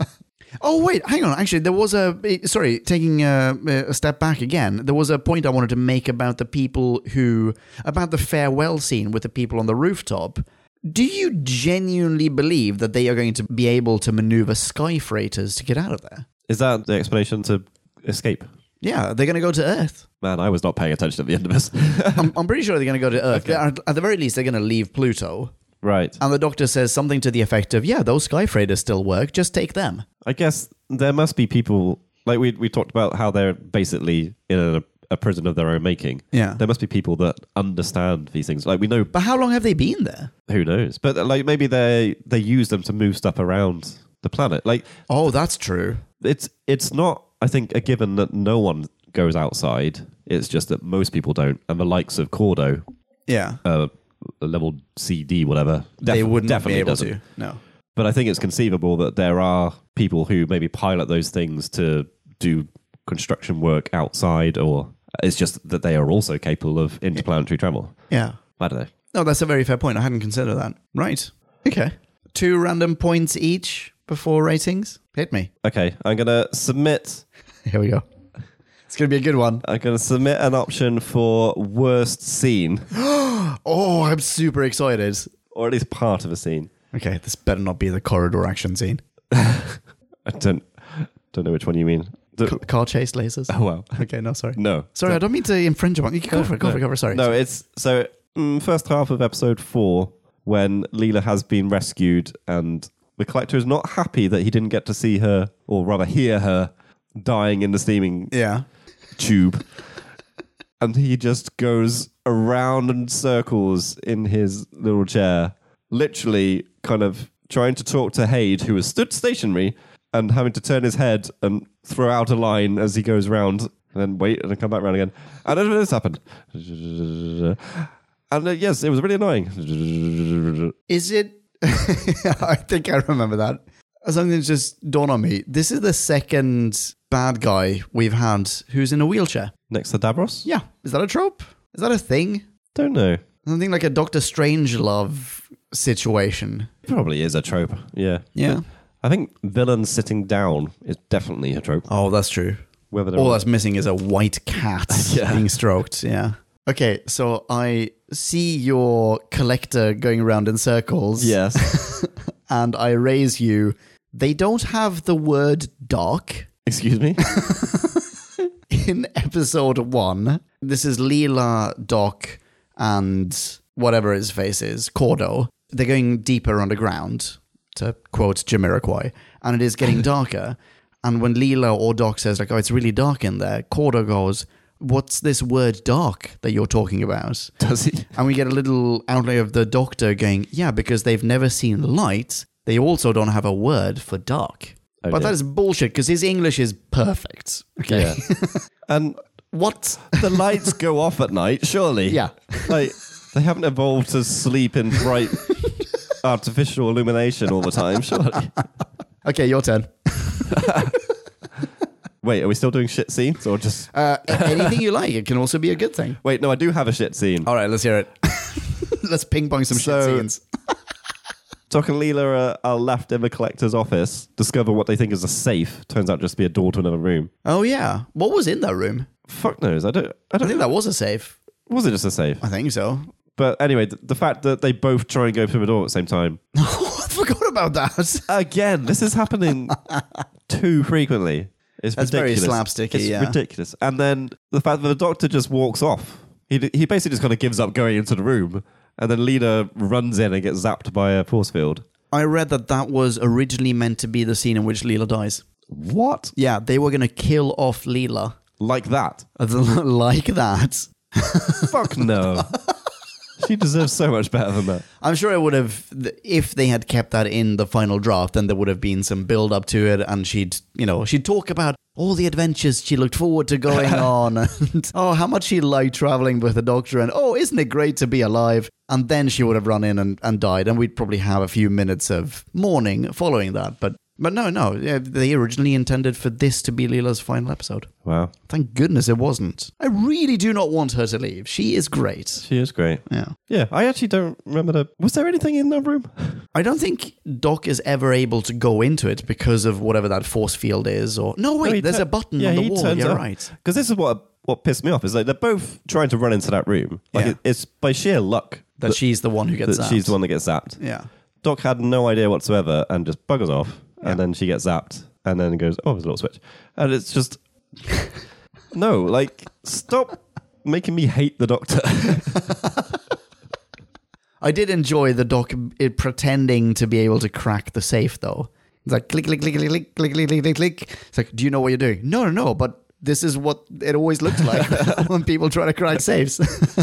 Speaker 2: Oh, wait, hang on. Actually, there was a. eh, Sorry, taking a, eh, a step back again, there was a point I wanted to make about the people who. about the farewell scene with the people on the rooftop. Do you genuinely believe that they are going to be able to maneuver sky freighters to get out of there?
Speaker 1: Is that the explanation to escape?
Speaker 2: Yeah, they're going to go to Earth.
Speaker 1: Man, I was not paying attention at the end of this.
Speaker 2: I'm, I'm pretty sure they're going to go to Earth. At at the very least, they're going to leave Pluto.
Speaker 1: right.
Speaker 2: And the doctor says something to the effect of, yeah, those sky freighters still work, just take them.
Speaker 1: I guess there must be people like we we talked about how they're basically in a, a prison of their own making.
Speaker 2: Yeah.
Speaker 1: There must be people that understand these things. Like we know
Speaker 2: But how long have they been there?
Speaker 1: who knows. But like maybe they they use them to move stuff around the planet. Like
Speaker 2: Oh, that's true.
Speaker 1: it's it's not I think a given that no one goes outside. It's just that most people don't and the likes of Cordo
Speaker 2: Yeah.
Speaker 1: uh level CD whatever
Speaker 2: they
Speaker 1: def-
Speaker 2: wouldn't
Speaker 1: definitely
Speaker 2: be able
Speaker 1: doesn't.
Speaker 2: to. No.
Speaker 1: But I think it's conceivable that there are people who maybe pilot those things to do construction work outside, or it's just that they are also capable of interplanetary travel.
Speaker 2: Yeah.
Speaker 1: I don't know.
Speaker 2: No, that's a very fair point. I hadn't considered that. Right. Okay. Two random points each before ratings. Hit me.
Speaker 1: Okay, I'm gonna submit.
Speaker 2: Here we go. It's going to be a good one.
Speaker 1: I'm gonna submit an option for worst scene,
Speaker 2: Oh, I'm super excited.
Speaker 1: or at least part of a scene.
Speaker 2: Okay, this better not be the corridor action scene.
Speaker 1: I don't don't know which one you mean.
Speaker 2: C-
Speaker 1: The,
Speaker 2: car chase lasers.
Speaker 1: oh well,
Speaker 2: Okay, no, sorry.
Speaker 1: no.
Speaker 2: Sorry, I don't mean to infringe upon you. Go for it, go for it, go for it. Sorry.
Speaker 1: No, it's so mm, first half of episode four when Leela has been rescued and the collector is not happy that he didn't get to see her or rather hear her dying in the steaming
Speaker 2: Yeah.
Speaker 1: tube. And he just goes around in circles in his little chair, literally kind of trying to talk to Haid, who has stood stationary, and having to turn his head and throw out a line as he goes round, and then wait and then come back round again. And then this happened. And uh, yes, it was really annoying.
Speaker 2: Is it? I think I remember that. Something's just dawned on me. This is the second bad guy we've had who's in a wheelchair.
Speaker 1: Next to Davros?
Speaker 2: Yeah. Is that a trope? Is that a thing?
Speaker 1: Don't know.
Speaker 2: Something like a Doctor Strange love situation.
Speaker 1: Probably is a trope. Yeah.
Speaker 2: Yeah.
Speaker 1: I think villains sitting down is definitely a trope.
Speaker 2: Oh, that's true.
Speaker 1: Whether they're
Speaker 2: All that's missing is a white cat
Speaker 1: Yeah.
Speaker 2: being stroked. Yeah. Okay, so I see your collector going around in circles.
Speaker 1: yes.
Speaker 2: And I raise you. They don't have the word dark.
Speaker 1: Excuse me.
Speaker 2: in episode one. This is Leela, Doc, and whatever his face is, Cordo. They're going deeper underground, to quote Jamiroquai, and it is getting darker. And when Leela or Doc says, like, oh, it's really dark in there, Cordo goes, what's this word dark that you're talking about?
Speaker 1: Does he?
Speaker 2: And we get a little outlay of the doctor going, yeah, because they've never seen light. They also don't have a word for dark.
Speaker 1: Oh,
Speaker 2: but
Speaker 1: dear.
Speaker 2: that is bullshit because his English is perfect. Okay.
Speaker 1: Yeah. and
Speaker 2: What?
Speaker 1: the lights go off at night, surely.
Speaker 2: Yeah.
Speaker 1: Like, they haven't evolved to sleep in bright artificial illumination all the time, surely.
Speaker 2: Okay, your turn.
Speaker 1: Wait, are we still doing shit scenes or just.
Speaker 2: Uh, anything you like. It can also be a good thing.
Speaker 1: Wait, no, I do have a shit scene.
Speaker 2: All right, let's hear it. let's ping pong some
Speaker 1: So-
Speaker 2: shit scenes.
Speaker 1: Doc and Leela are, are left in the collector's office, discover what they think is a safe. Turns out just to be a door to another room.
Speaker 2: Oh yeah, what was in that room?
Speaker 1: Fuck knows. I don't. I
Speaker 2: I
Speaker 1: don't.
Speaker 2: think that was a safe.
Speaker 1: Was it just a safe?
Speaker 2: I think so.
Speaker 1: But anyway, th- the fact that they both try and go through the door at the same time.
Speaker 2: Oh, I forgot about that.
Speaker 1: Again, this is happening too frequently. It's
Speaker 2: That's very
Speaker 1: ridiculous.
Speaker 2: slapsticky,
Speaker 1: It's
Speaker 2: yeah.
Speaker 1: ridiculous. And then the fact that the doctor just walks off. He d- he basically just kind of gives up going into the room, and then Lena runs in and gets zapped by a force field.
Speaker 2: I read that that was originally meant to be the scene in which Leela dies.
Speaker 1: What?
Speaker 2: Yeah, they were gonna kill off Leela
Speaker 1: Like that?
Speaker 2: like that.
Speaker 1: Fuck no. she deserves so much better than that.
Speaker 2: I'm sure it would have, if they had kept that in the final draft, then there would have been some build up to it, and she'd, you know, she'd talk about all the adventures she looked forward to going on, and oh, how much she liked traveling with the doctor, and oh, isn't it great to be alive? And then she would have run in and, and died, and we'd probably have a few minutes of mourning following that. But but no, no, yeah, they originally intended for this to be Leela's final episode.
Speaker 1: Wow,
Speaker 2: Thank goodness it wasn't. I really do not want her to leave. She is great.
Speaker 1: she is great.
Speaker 2: Yeah.
Speaker 1: Yeah, I actually don't remember the. Was there anything in that room?
Speaker 2: I don't think Doc is ever able to go into it because of whatever that force field is. Or no, wait,
Speaker 1: he
Speaker 2: there's
Speaker 1: tu-
Speaker 2: a button
Speaker 1: yeah,
Speaker 2: on the
Speaker 1: he
Speaker 2: wall.
Speaker 1: turns
Speaker 2: You're
Speaker 1: up.
Speaker 2: right.
Speaker 1: Because this is what what pissed me off is like they're both trying to run into that room. Like
Speaker 2: Yeah.
Speaker 1: it, it's by sheer luck
Speaker 2: That she's the one who
Speaker 1: that
Speaker 2: gets zapped.
Speaker 1: she's the one that gets zapped.
Speaker 2: Yeah.
Speaker 1: Doc had no idea whatsoever and just buggers off, and then she gets zapped, and then goes, "Oh, there's a little switch," and it's just no, like stop making me hate the Doctor.
Speaker 2: I did enjoy the Doc it pretending to be able to crack the safe though. It's like click, click, click, click, click, click, click, click, click, click. It's like, do you know what you're doing? No, no, no. But this is what it always looks like when people try to crack safes.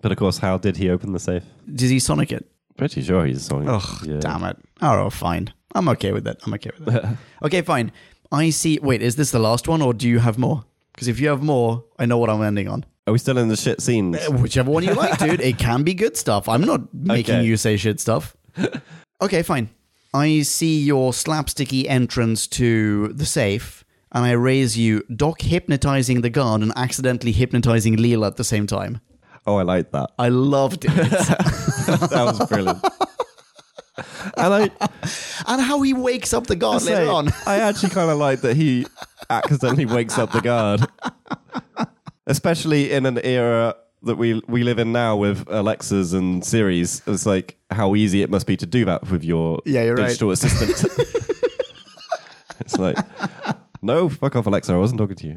Speaker 1: but of course, how did he open the safe?
Speaker 2: Did he sonic it?
Speaker 1: Pretty sure he's sawing.
Speaker 2: Ugh, damn it. Oh, oh, fine. I'm okay with that. I'm okay with that. okay, fine. I see. Wait, is this the last one or do you have more? Because if you have more, I know what I'm ending on.
Speaker 1: Are we still in the shit scenes?
Speaker 2: Uh, Whichever one you like, dude. It can be good stuff. I'm not making
Speaker 1: Okay.
Speaker 2: you say shit stuff. Okay, fine. I see your slapsticky entrance to the safe, and I raise you Doc hypnotizing the guard and accidentally hypnotizing Leela at the same time.
Speaker 1: Oh, I like that.
Speaker 2: I loved it.
Speaker 1: that was brilliant. and I.
Speaker 2: and how he wakes up the guard
Speaker 1: say,
Speaker 2: later on.
Speaker 1: I actually kind of like that he accidentally wakes up the guard, especially in an era that we we live in now with Alexas and Siri's. It's like how easy it must be to do that with your
Speaker 2: Yeah, you're right.
Speaker 1: digital assistant. it's like, no, fuck off, Alexa. I wasn't talking to you.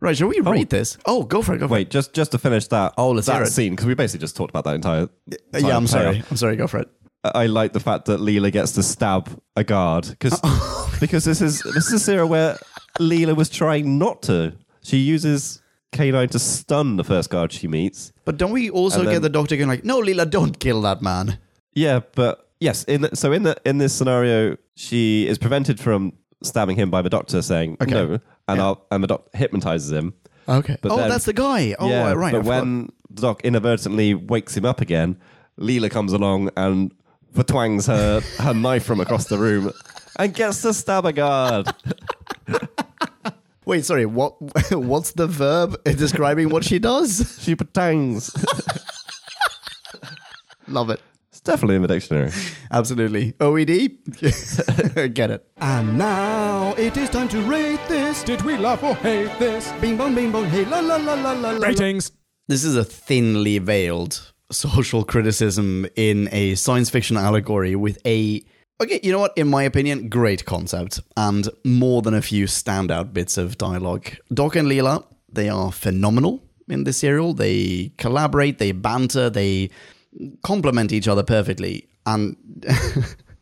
Speaker 2: Right, shall we read this? Oh, go for it, go for it.
Speaker 1: Wait, just just to finish that.
Speaker 2: Oh, let's
Speaker 1: that
Speaker 2: hear it.
Speaker 1: scene because we basically just talked about that entire. entire
Speaker 2: Yeah, I'm sorry.
Speaker 1: payoff.
Speaker 2: I'm sorry. Go for it.
Speaker 1: I like the fact that Leela gets to stab a guard because
Speaker 2: Oh.
Speaker 1: because this is this is a era where Leela was trying not to. She uses K9 to stun the first guard she meets.
Speaker 2: But don't we also
Speaker 1: And then-
Speaker 2: get the doctor going like, "No, Leela, don't kill that man."
Speaker 1: Yeah, but yes, in the, so in the in this scenario, she is prevented from stabbing him by the doctor saying
Speaker 2: Okay.
Speaker 1: no, and I'll, and the doctor hypnotizes him.
Speaker 2: Okay.
Speaker 1: But
Speaker 2: oh,
Speaker 1: then-
Speaker 2: that's the guy. Oh,
Speaker 1: yeah,
Speaker 2: right.
Speaker 1: But
Speaker 2: I forgot.
Speaker 1: when the Doc inadvertently wakes him up again. Leela comes along and twangs her, her knife from across the room and gets the stabber guard.
Speaker 2: Wait, sorry. What? What's the verb describing what she does?
Speaker 1: She patangs.
Speaker 2: Love it.
Speaker 1: it's definitely in the dictionary.
Speaker 2: Absolutely. OED. Get it.
Speaker 3: And now it is time to rate this.
Speaker 4: Did we laugh or hate this?
Speaker 3: Bing bong, bing bong, hey la la la la la la.
Speaker 4: Ratings.
Speaker 2: This is a thinly veiled social criticism in a science fiction allegory with a. Okay, you know what? In my opinion, great concept and more than a few standout bits of dialogue. Doc and Leela, they are phenomenal in this serial. They collaborate, they banter, they complement each other perfectly. And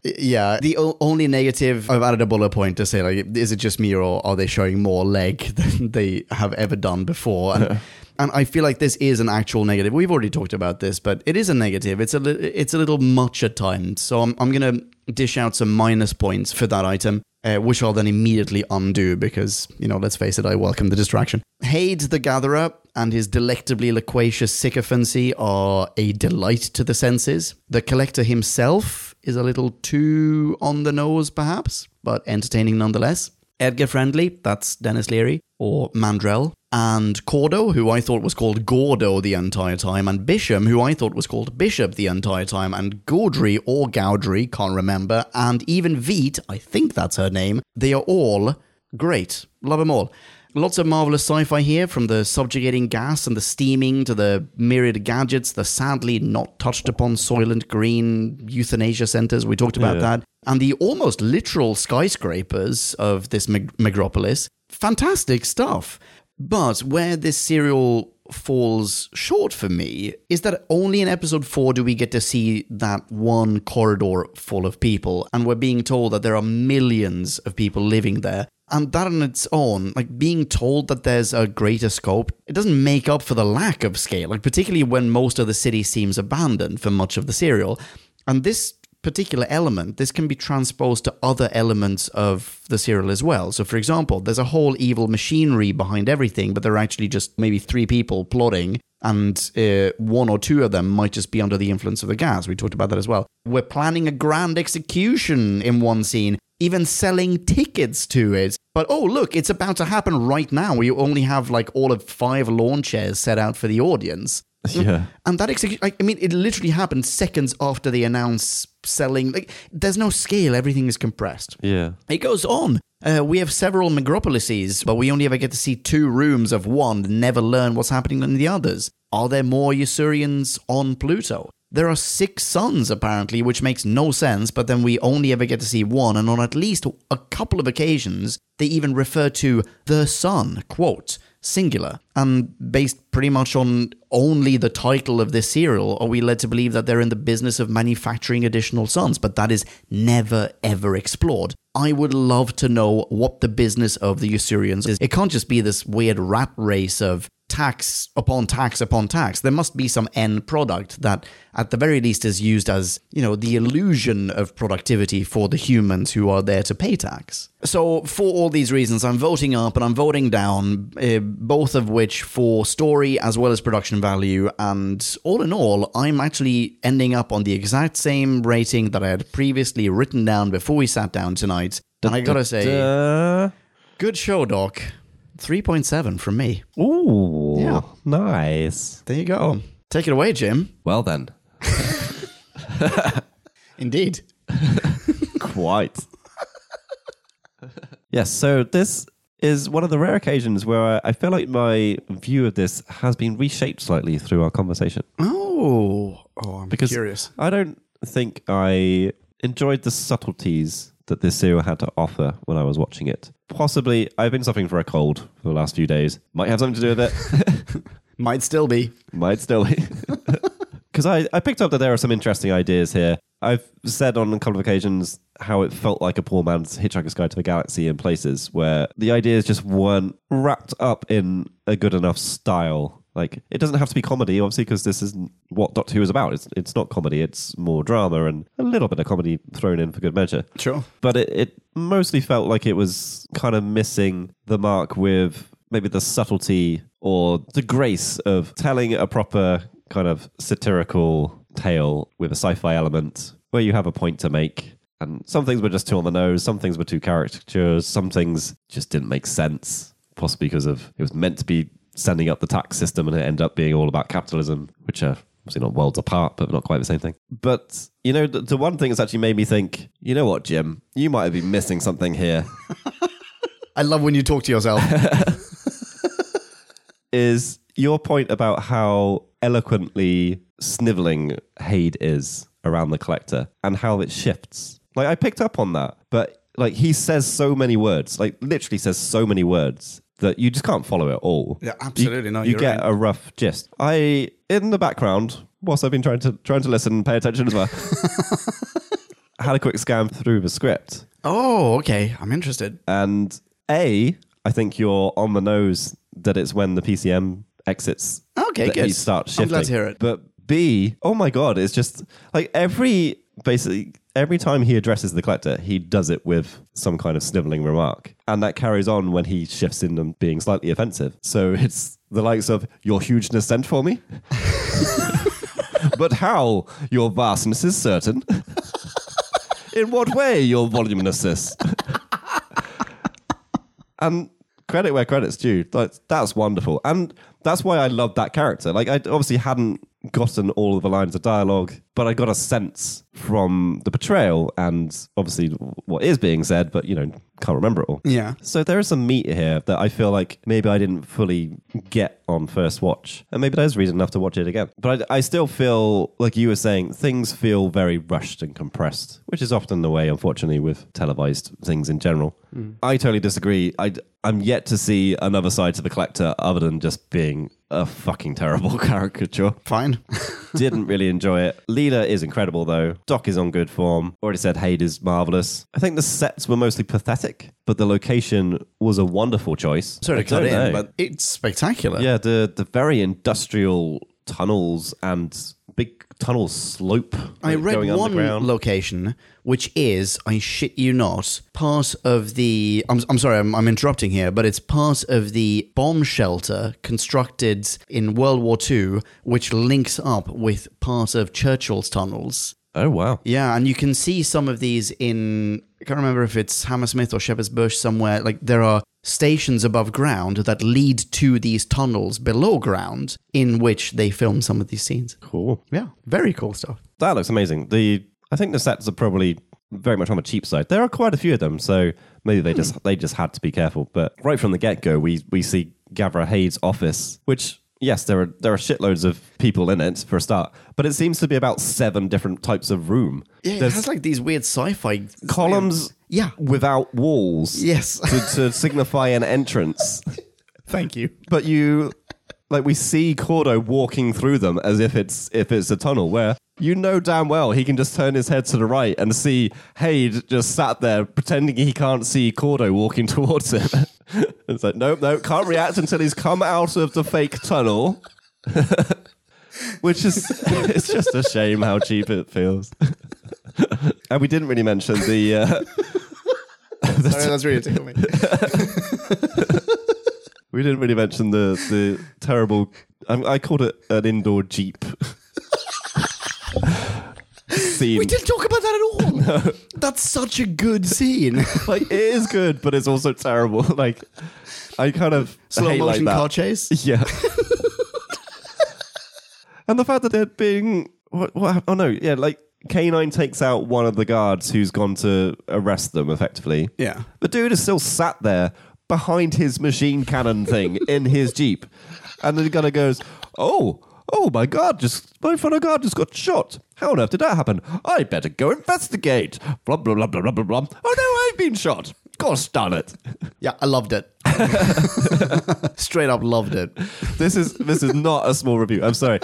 Speaker 2: yeah, the o- only negative I've added a bullet point to say like, is it just me or are they showing more leg than they have ever done before? And, and I feel like this is an actual negative. We've already talked about this, but it is a negative. It's a li- it's a little much at times. So I'm I'm gonna dish out some minus points for that item. Uh, which I'll then immediately undo because, you know, let's face it, I welcome the distraction. Hades the Gatherer and his delectably loquacious sycophancy are a delight to the senses. The collector himself is a little too on the nose, perhaps, but entertaining nonetheless. Edgar Friendly, that's Dennis Leary, or Mandrell. And Cordo, who I thought was called Gordo the entire time, and Bisham, who I thought was called Bishop the entire time, and Gaudry or Gaudry, can't remember, and even Veet, I think that's her name, they are all great. Love them all. Lots of marvelous sci fi here, from the subjugating gas and the steaming to the myriad gadgets, the sadly not touched upon Soylent Green euthanasia centers. We talked about that. And the almost literal skyscrapers of this meg- megropolis. Fantastic stuff. But where this serial falls short for me is that only in episode 4 do we get to see that one corridor full of people and we're being told that there are millions of people living there and that on its own like being told that there's a greater scope it doesn't make up for the lack of scale like particularly when most of the city seems abandoned for much of the serial and this particular element, this can be transposed to other elements of the serial as well. So, for example, there's a whole evil machinery behind everything, but there are actually just maybe three people plotting, and uh, one or two of them might just be under the influence of the gas. We talked about that as well. We're planning a grand execution in one scene, even selling tickets to it. But oh, look, it's about to happen right now. We only have like all of five lawn chairs set out for the audience.
Speaker 1: Yeah.
Speaker 2: And that execution, like, I mean, it literally happened seconds after they announce selling. Like, there's no scale; everything is compressed.
Speaker 1: Yeah.
Speaker 2: It goes on. Uh, we have several megropolises, but we only ever get to see two rooms of one and never learn what's happening in the others. Are there more Usurians on Pluto? There are six suns, apparently, which makes no sense, but then we only ever get to see one, and on at least a couple of occasions, they even refer to the sun, quote, singular. And based pretty much on only the title of this serial, are we led to believe that they're in the business of manufacturing additional suns, but that is never, ever explored. I would love to know what the business of the Usurians is. It can't just be this weird rat race of tax upon tax upon tax. There must be some end product that, at the very least, is used as, you know, the illusion of productivity for the humans who are there to pay tax. So, for all these reasons, I'm voting up and I'm voting down, uh, both of which for story as well as production value. And all in all, I'm actually ending up on the exact same rating that I had previously written down before we sat down tonight. And I gotta say,
Speaker 1: Uh,
Speaker 2: good show, Doc. 3.7 from me.
Speaker 1: ooh.
Speaker 2: Yeah.
Speaker 1: Nice.
Speaker 2: There you go. Take it away, Jim.
Speaker 1: Well then.
Speaker 2: Indeed.
Speaker 1: Quite. yes, so this is one of the rare occasions where I, I feel like my view of this has been reshaped slightly through our conversation.
Speaker 2: Oh, oh, I'm
Speaker 1: Because I don't think I enjoyed the subtleties that this serial had to offer when I was watching it. Possibly, I've been suffering for a cold for the last few days. Might have something to do with it.
Speaker 2: Might still be.
Speaker 1: Might still be. Because I, I picked up that there are some interesting ideas here. I've said on a couple of occasions how it felt like a poor man's Hitchhiker's Guide to the Galaxy in places where the ideas just weren't wrapped up in a good enough style. Like, it doesn't have to be comedy, obviously, because this isn't what Doctor Who is about. It's, it's not comedy, it's more drama and a little bit of comedy thrown in for good measure
Speaker 2: Sure.
Speaker 1: but it, it mostly felt like it was kind of missing the mark with maybe the subtlety or the grace of telling a proper kind of satirical tale with a sci-fi element where you have a point to make. And some things were just too on the nose, some things were too caricatures, some things just didn't make sense, possibly because of it was meant to be standing up the tax system and it ended up being all about capitalism, which are obviously not worlds apart, but not quite the same thing. But you know, the, the one thing that's actually made me think, you know what, Jim, you might have been missing something here.
Speaker 2: I love when you talk to yourself.
Speaker 1: is your point about how eloquently sniveling Hade is around the collector and how it shifts. Like I picked up on that, but like he says so many words, like literally says so many words that you just can't follow it all.
Speaker 2: Yeah, absolutely.
Speaker 1: You,
Speaker 2: No,
Speaker 1: you
Speaker 2: you're
Speaker 1: get
Speaker 2: right.
Speaker 1: a rough gist. I in the background, whilst I've been trying to trying to listen and pay attention as well. had a quick scan through the script
Speaker 2: oh, okay. I'm interested.
Speaker 1: and A, I think you're on the nose that it's when the PCM exits.
Speaker 2: Okay,
Speaker 1: that
Speaker 2: good.
Speaker 1: He starts
Speaker 2: I'm
Speaker 1: shifting.
Speaker 2: glad to hear it.
Speaker 1: But B, oh my god, it's just like every basically every time he addresses the collector, he does it with some kind of sniveling remark, and that carries on when he shifts in and being slightly offensive. So it's the likes of your hugeness sent for me. but how your vastness is certain. In what way your voluminousness? and credit where credit's due. That's, that's wonderful. And that's why I love that character. Like, I obviously hadn't gotten all of the lines of dialogue, but I got a sense from the portrayal and obviously what is being said, but, you know, can't remember it all.
Speaker 2: Yeah.
Speaker 1: So there is some meat here that I feel like maybe I didn't fully get on first watch, and maybe there's reason enough to watch it again. But I, I still feel like you were saying things feel very rushed and compressed, which is often the way, unfortunately, with televised things in general. I totally disagree. I, am yet to see another side to the collector other than just being a fucking terrible caricature.
Speaker 2: Fine.
Speaker 1: Didn't really enjoy it. Leela is incredible though. Doc is on good form. Already said Hade is marvelous. I think the sets were mostly pathetic, but the location was a wonderful choice.
Speaker 2: Sorry
Speaker 1: I
Speaker 2: to cut
Speaker 1: don't
Speaker 2: in,
Speaker 1: know.
Speaker 2: but uh, it's spectacular.
Speaker 1: yeah, the the very industrial tunnels and big tunnel slope.
Speaker 2: I
Speaker 1: like,
Speaker 2: read
Speaker 1: going
Speaker 2: one
Speaker 1: underground.
Speaker 2: location, which is, I shit you not, part of the. I'm, I'm sorry, I'm, I'm interrupting here, but it's part of the bomb shelter constructed in World War II, which links up with part of Churchill's tunnels.
Speaker 1: oh wow.
Speaker 2: Yeah, and you can see some of these in. I can't remember if it's Hammersmith or Shepherd's Bush somewhere. Like there are stations above ground that lead to these tunnels below ground in which they film some of these scenes.
Speaker 1: Cool.
Speaker 2: Yeah, very cool stuff.
Speaker 1: That looks amazing. The I think the sets are probably very much on the cheap side. There are quite a few of them, so maybe they just they just had to be careful. But right from the get go, we we see Gavra Hayes' office, which yes, there are there are shitloads of people in it for a start, but it seems to be about seven different types of room.
Speaker 2: Yeah, it
Speaker 1: There's
Speaker 2: has like these weird sci-fi
Speaker 1: columns,
Speaker 2: Yeah.
Speaker 1: without walls,
Speaker 2: Yes.
Speaker 1: to, to signify an entrance.
Speaker 2: Thank you.
Speaker 1: but you like we see Cordo walking through them as if it's if it's a tunnel where you know damn well he can just turn his head to the right and see Hade just sat there pretending he can't see Cordo walking towards him. it's like nope, nope, can't react until he's come out of the fake tunnel. Which is it's just a shame how cheap it feels. and we didn't really mention the uh,
Speaker 2: Sorry, that's really tickling me.
Speaker 1: We didn't really mention the the terrible. I, I called it an indoor jeep scene.
Speaker 2: We didn't talk about that at all. That's such a good scene.
Speaker 1: Like it is good, but it's also terrible. Like I kind of
Speaker 2: Slow
Speaker 1: hate like
Speaker 2: motion
Speaker 1: that.
Speaker 2: car chase.
Speaker 1: Yeah. and the fact that they're being what, what hap- oh no yeah like K9 takes out one of the guards who's gone to arrest them effectively.
Speaker 2: Yeah.
Speaker 1: The dude is still sat there behind his machine cannon thing in his jeep. And then the gunner goes, "Oh, oh my god, just my fellow guard just got shot. How on earth did that happen? I better go investigate." Blah blah blah blah blah blah. blah. Oh no, I've been shot. Gosh darn it.
Speaker 2: Yeah, I loved it. Straight up loved it.
Speaker 1: this is this is not a small review. I'm sorry.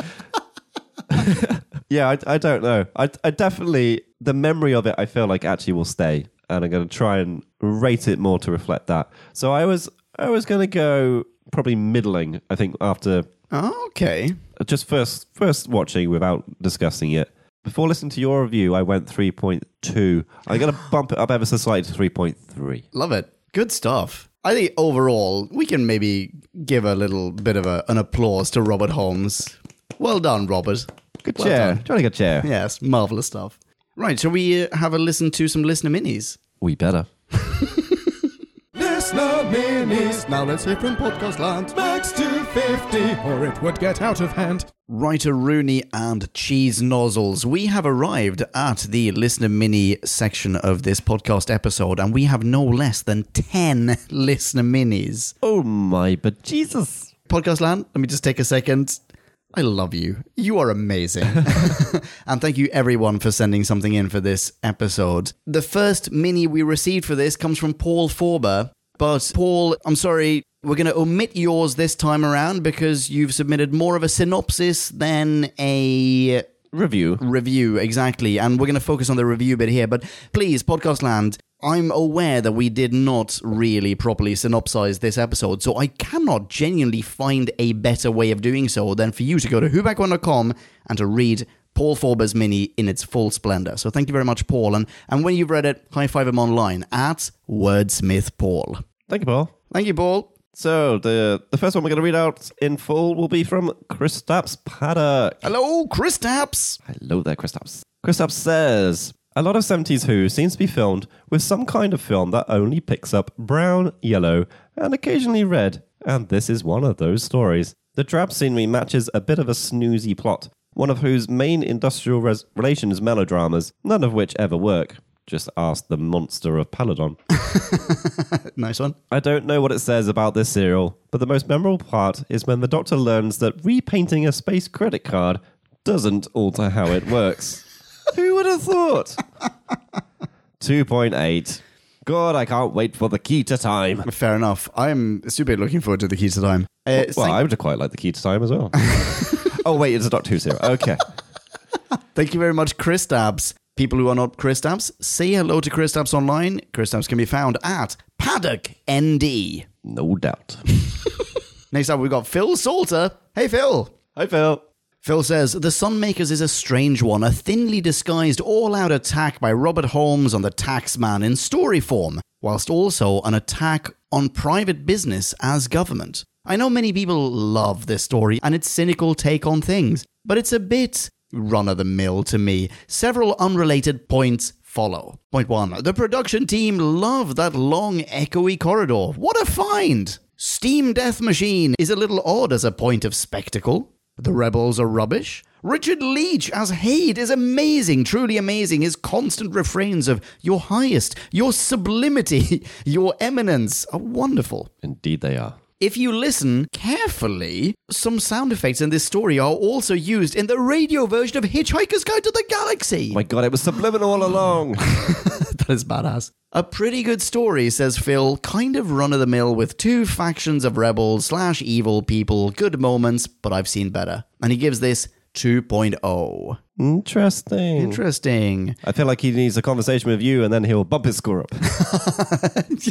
Speaker 1: yeah, I, I don't know. I, I definitely the memory of it. I feel like actually will stay, and I'm going to try and rate it more to reflect that. So I was I was going to go probably middling. I think after
Speaker 2: Okay.
Speaker 1: just first first watching without discussing it. Before listening to your review, I went 3.2. I'm going to bump it up ever so slightly to 3.3.
Speaker 2: Love it. Good stuff. I- I think overall, we can maybe give a little bit of a, an applause to Robert Holmes. Well done, Robert.
Speaker 1: Good
Speaker 2: Well
Speaker 1: chair.
Speaker 2: done.
Speaker 1: Johnny, good chair.
Speaker 2: Yes, marvelous stuff. Right, shall we uh, have a listen to some listener minis?
Speaker 1: We better.
Speaker 4: Listener minis.
Speaker 2: Now let's hear from podcast land.
Speaker 4: Max 250, or it would get out of hand.
Speaker 2: Writer Rooney and Cheese Nozzles, we have arrived at the listener mini section of this podcast episode, and we have no less than 10 listener minis.
Speaker 1: Oh my, but Jesus.
Speaker 2: Podcast Land, let me just take a second. I love you. You are amazing. and thank you everyone for sending something in for this episode. The first mini we received for this comes from Paul Forber. But Paul, I'm sorry, we're going to omit yours this time around because you've submitted more of a synopsis than a
Speaker 1: Review.
Speaker 2: review exactly and we're going to focus on the review bit here but please podcast land i'm aware that we did not really properly synopsize this episode so i cannot genuinely find a better way of doing so than for you to go to whoback1.com and to read paul forber's mini in its full splendor so thank you very much paul and, and when you've read it high five him online at wordsmith paul
Speaker 1: Thank you, Paul.
Speaker 2: thank you paul
Speaker 1: So the the first one we're going to read out in full will be from Kristaps Paddock.
Speaker 2: hello chris taps
Speaker 1: Hello there, Kristaps. Kristaps says a lot of '70s Who seems to be filmed with some kind of film that only picks up brown, yellow, and occasionally red, and this is one of those stories. The drab scenery matches a bit of a snoozy plot, one of whose main industrial res- relations melodramas, none of which ever work. Just ask the monster of Paladon.
Speaker 2: nice one
Speaker 1: I don't know what it says about this serial, but the most memorable part is when the doctor learns that repainting a space credit card doesn't alter how it works. Who would have thought? 2.8. God, I can't wait for the key to time.
Speaker 2: fair enough i'm super looking forward to the keys to time uh,
Speaker 1: Well,
Speaker 2: thank-
Speaker 1: I would have quite liked the key to time as well. oh, wait, it's a Doctor Who serial. Okay.
Speaker 2: Thank you very much, Chris Dabs. People who are not Chris Dabs, say hello to Chris Dabs online. Chris Dabs can be found at Paddock ND.
Speaker 1: No doubt.
Speaker 2: Next up, we've got Phil Salter. Hey, Phil.
Speaker 1: Hi, Phil.
Speaker 2: Phil says The Sunmakers is a strange one, a thinly disguised all out attack by Robert Holmes on the taxman in story form, whilst also an attack on private business as government. I know many people love this story and its cynical take on things, but it's a bit run of the mill to me. Several unrelated points follow. Point one The production team love that long, echoey corridor. What a find! Steam Death Machine is a little odd as a point of spectacle. The rebels are rubbish. Richard Leach as Haid is amazing, truly amazing. His constant refrains of your highest, your sublimity, your eminence are wonderful.
Speaker 1: Indeed, they are.
Speaker 2: If you listen carefully, some sound effects in this story are also used in the radio version of Hitchhiker's Guide to the Galaxy.
Speaker 1: My God, it was subliminal all along.
Speaker 2: that is badass. A pretty good story, says Phil. Kind of run of the mill with two factions of rebels slash evil people. Good moments, but I've seen better. And he gives this 2.0.
Speaker 1: Interesting.
Speaker 2: Interesting.
Speaker 1: I feel like he needs a conversation with you and then he'll bump his score up.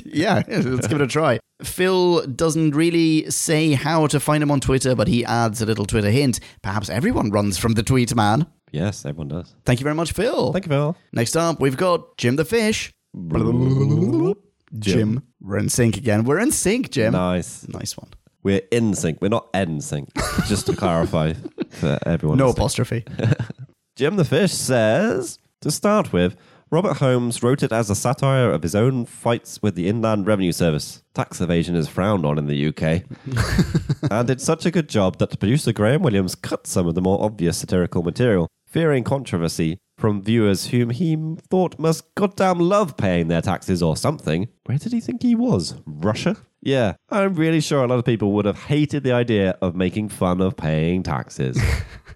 Speaker 2: yeah, let's give it a try. Phil doesn't really say how to find him on Twitter, but he adds a little Twitter hint. Perhaps everyone runs from the tweet man.
Speaker 1: yes, everyone does.
Speaker 2: Thank you very much, Phil.
Speaker 1: Thank you, Phil.
Speaker 2: Next up, we've got Jim the Fish. Jim. We're in sync again. We're in sync, Jim.
Speaker 1: Nice.
Speaker 2: Nice one.
Speaker 1: We're in sync. We're not en sync. Just to clarify for everyone.
Speaker 2: No
Speaker 1: listening.
Speaker 2: apostrophe.
Speaker 1: Jim the Fish says To start with, Robert Holmes wrote it as a satire of his own fights with the Inland Revenue Service. Tax evasion is frowned on in the UK. and did such a good job that producer Graham Williams cut some of the more obvious satirical material, fearing controversy from viewers whom he thought must goddamn love paying their taxes or something. Where did he think he was? Russia? Yeah, I'm really sure a lot of people would have hated the idea of making fun of paying taxes.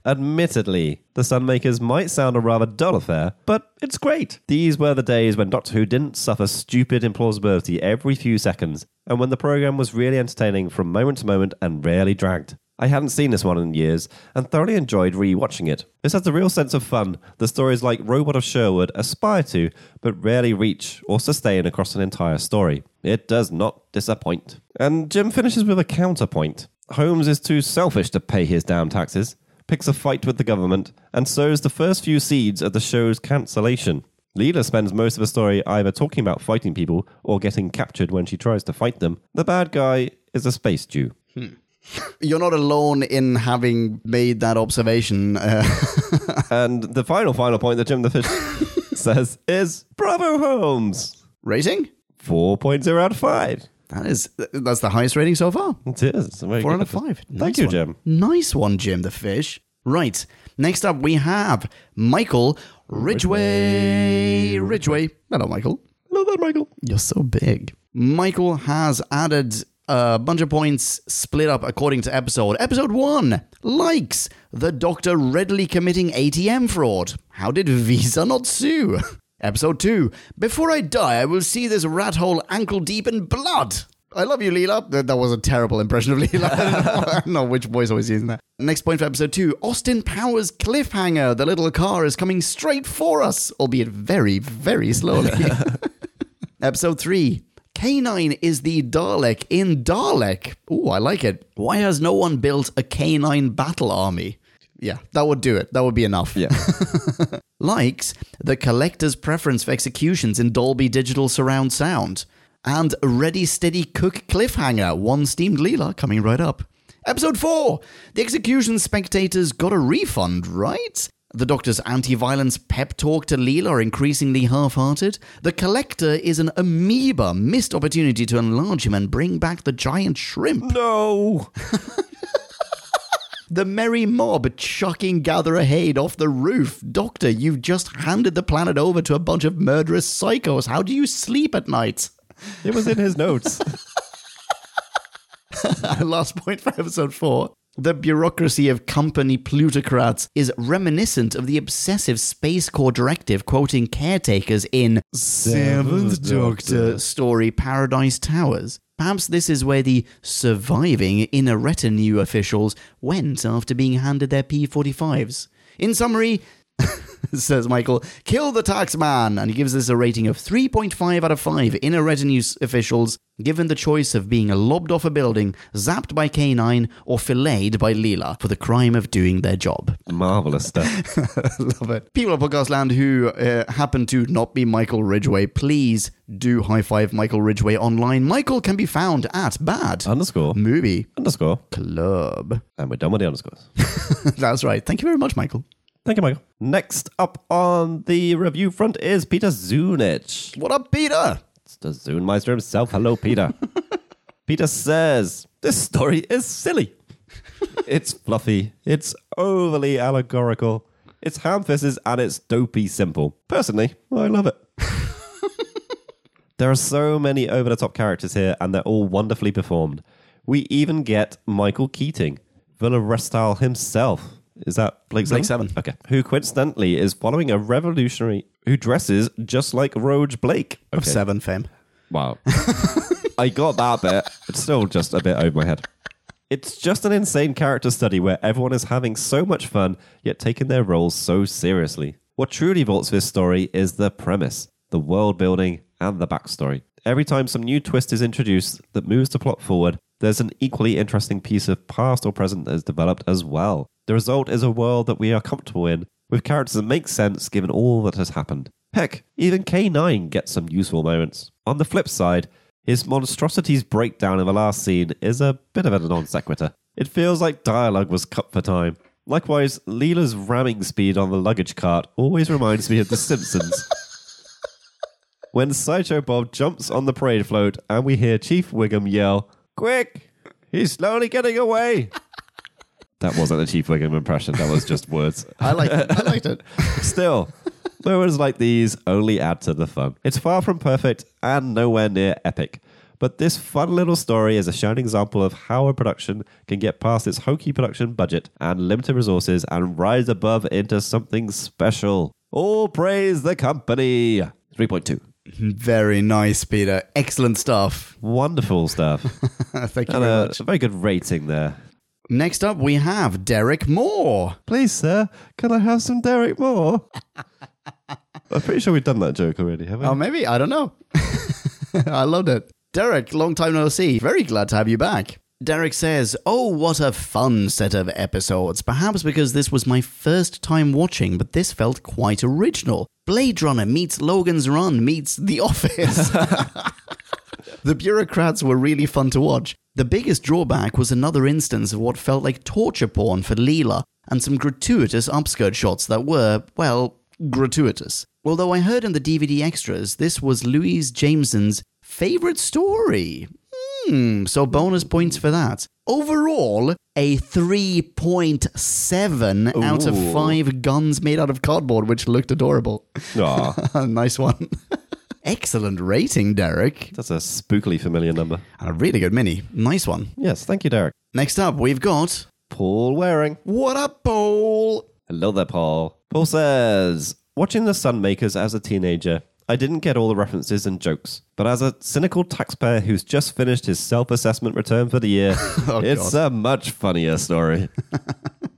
Speaker 1: Admittedly, the Sunmakers might sound a rather dull affair, but it's great. These were the days when Doctor Who didn't suffer stupid implausibility every few seconds, and when the programme was really entertaining from moment to moment and rarely dragged. I hadn't seen this one in years and thoroughly enjoyed re watching it. This has a real sense of fun that stories like Robot of Sherwood aspire to, but rarely reach or sustain across an entire story. It does not disappoint. And Jim finishes with a counterpoint. Holmes is too selfish to pay his damn taxes, picks a fight with the government, and sows the first few seeds of the show's cancellation. Leela spends most of the story either talking about fighting people or getting captured when she tries to fight them. The bad guy is a space Jew.
Speaker 2: You're not alone in having made that observation. Uh,
Speaker 1: And the final, final point that Jim the Fish says is Bravo Holmes!
Speaker 2: rating?
Speaker 1: 4.0 out of 5.
Speaker 2: That is that's the highest rating so far.
Speaker 1: It is. Very
Speaker 2: Four
Speaker 1: good.
Speaker 2: out of five.
Speaker 1: Thank
Speaker 2: Nice
Speaker 1: you,
Speaker 2: one.
Speaker 1: Jim.
Speaker 2: Nice one, Jim the Fish. Right. Next up, we have Michael Ridgway. Ridgway. Hello, Michael.
Speaker 1: Love that, Michael.
Speaker 2: You're so big. Michael has added a bunch of points split up according to episode. Episode one likes the doctor readily committing ATM fraud. How did Visa not sue? Episode two before I die, I will see this rat hole ankle deep in blood. I love you, Leela. That, that was a terrible impression of Leela. I don't know which voice I was using there. Next point for episode two Austin Powers cliffhanger. The little car is coming straight for us, albeit very, very slowly. Episode 3 Canine is the Dalek in Dalek. Ooh, I like it. Why has no one built a canine battle army? Yeah, that would do it. That would be enough.
Speaker 1: Yeah.
Speaker 2: Likes the collector's preference for executions in Dolby Digital Surround Sound. And Ready Steady Cook Cliffhanger, one steamed Leela coming right up. Episode 4 The execution spectators got a refund, right? The doctor's anti violence pep talk to Leela are increasingly half hearted. The collector is an amoeba, missed opportunity to enlarge him and bring back the giant shrimp.
Speaker 1: no!
Speaker 2: The merry mob chucking Gatherer Hade off the roof. Doctor, you've just handed the planet over to a bunch of murderous psychos. How do you sleep at night?
Speaker 1: It was in his notes.
Speaker 2: Last point for episode four. The bureaucracy of company plutocrats is reminiscent of the obsessive Space Corps directive quoting caretakers in Seventh Doctor story Paradise Towers. Perhaps this is where the surviving inner retinue officials went after being handed their P 45s. In summary, says Michael, kill the tax man. And he gives this a rating of 3.5 out of 5 inner retinue s- officials, given the choice of being lobbed off a building, zapped by K9, or filleted by Leela for the crime of doing their job.
Speaker 1: Marvelous stuff.
Speaker 2: Love it. People of Podcast Land who uh, happen to not be Michael Ridgway, please do high five Michael Ridgway online. Michael can be found at Bad
Speaker 1: underscore.
Speaker 2: Movie
Speaker 1: Underscore.
Speaker 2: Club.
Speaker 1: And we're done with the underscores.
Speaker 2: That's right. Thank you very much, Michael.
Speaker 1: Thank you, Michael. Next up on the review front is Peter Zunich.
Speaker 2: What up, Peter?
Speaker 1: It's the Zunmeister himself. Hello, Peter. Peter says, This story is silly. it's fluffy. It's overly allegorical. It's ham fisted and it's dopey simple. Personally, I love it. there are so many over the top characters here and they're all wonderfully performed. We even get Michael Keating, Villarestyle himself. Is that Blake Seven?
Speaker 2: Blake Seven.
Speaker 1: Okay. Who coincidentally is following a revolutionary who dresses just like Roge Blake.
Speaker 2: Of
Speaker 1: Okay.
Speaker 2: Seven fame.
Speaker 1: Wow. I got that bit. It's still just a bit over my head. It's just an insane character study where everyone is having so much fun, yet taking their roles so seriously. What truly vaults this story is the premise, the world building, and the backstory. Every time some new twist is introduced that moves the plot forward, there's an equally interesting piece of past or present that is developed as well. The result is a world that we are comfortable in, with characters that make sense given all that has happened. Heck, even K9 gets some useful moments. On the flip side, his monstrosity's breakdown in the last scene is a bit of a non sequitur. It feels like dialogue was cut for time. Likewise, Leela's ramming speed on the luggage cart always reminds me of The Simpsons. when Sideshow Bob jumps on the parade float and we hear Chief Wiggum yell, Quick! He's slowly getting away! That wasn't a Chief Wiggum impression, that was just words.
Speaker 2: I liked it. I liked it.
Speaker 1: Still, moments like these only add to the fun. It's far from perfect and nowhere near epic, but this fun little story is a shining example of how a production can get past its hokey production budget and limited resources and rise above into something special. All praise the company! 3.2.
Speaker 2: Very nice, Peter. Excellent stuff.
Speaker 1: Wonderful stuff.
Speaker 2: Uh, Thank you
Speaker 1: and
Speaker 2: very
Speaker 1: a,
Speaker 2: much.
Speaker 1: a very good rating there.
Speaker 2: Next up, we have Derek Moore.
Speaker 1: Please, sir, can I have some Derek Moore? I'm pretty sure we've done that joke already, haven't we?
Speaker 2: Oh, maybe. I don't know. I loved it. Derek, long time no see. Very glad to have you back. Derek says, Oh, what a fun set of episodes. Perhaps because this was my first time watching, but this felt quite original. Blade Runner meets Logan's Run meets The Office. The bureaucrats were really fun to watch. The biggest drawback was another instance of what felt like torture porn for Leela, and some gratuitous upskirt shots that were, well, gratuitous. Although I heard in the DVD extras, this was Louise Jameson's favorite story. Hmm, so bonus points for that. Overall, a 3.7 out of
Speaker 1: Ooh.
Speaker 2: 5 guns made out of cardboard, which looked adorable.
Speaker 1: Aw,
Speaker 2: nice one. Excellent rating, Derek.
Speaker 1: that's a spookily familiar number.
Speaker 2: And a really good mini. Nice one.
Speaker 1: Yes, thank you, Derek.
Speaker 2: Next up, we've got.
Speaker 1: Paul Waring.
Speaker 2: What up, Paul?
Speaker 1: Hello there, Paul. Paul says, Watching The Sunmakers as a teenager, I didn't get all the references and jokes, but as a cynical taxpayer who's just finished his self assessment return for the year, it's a much funnier story.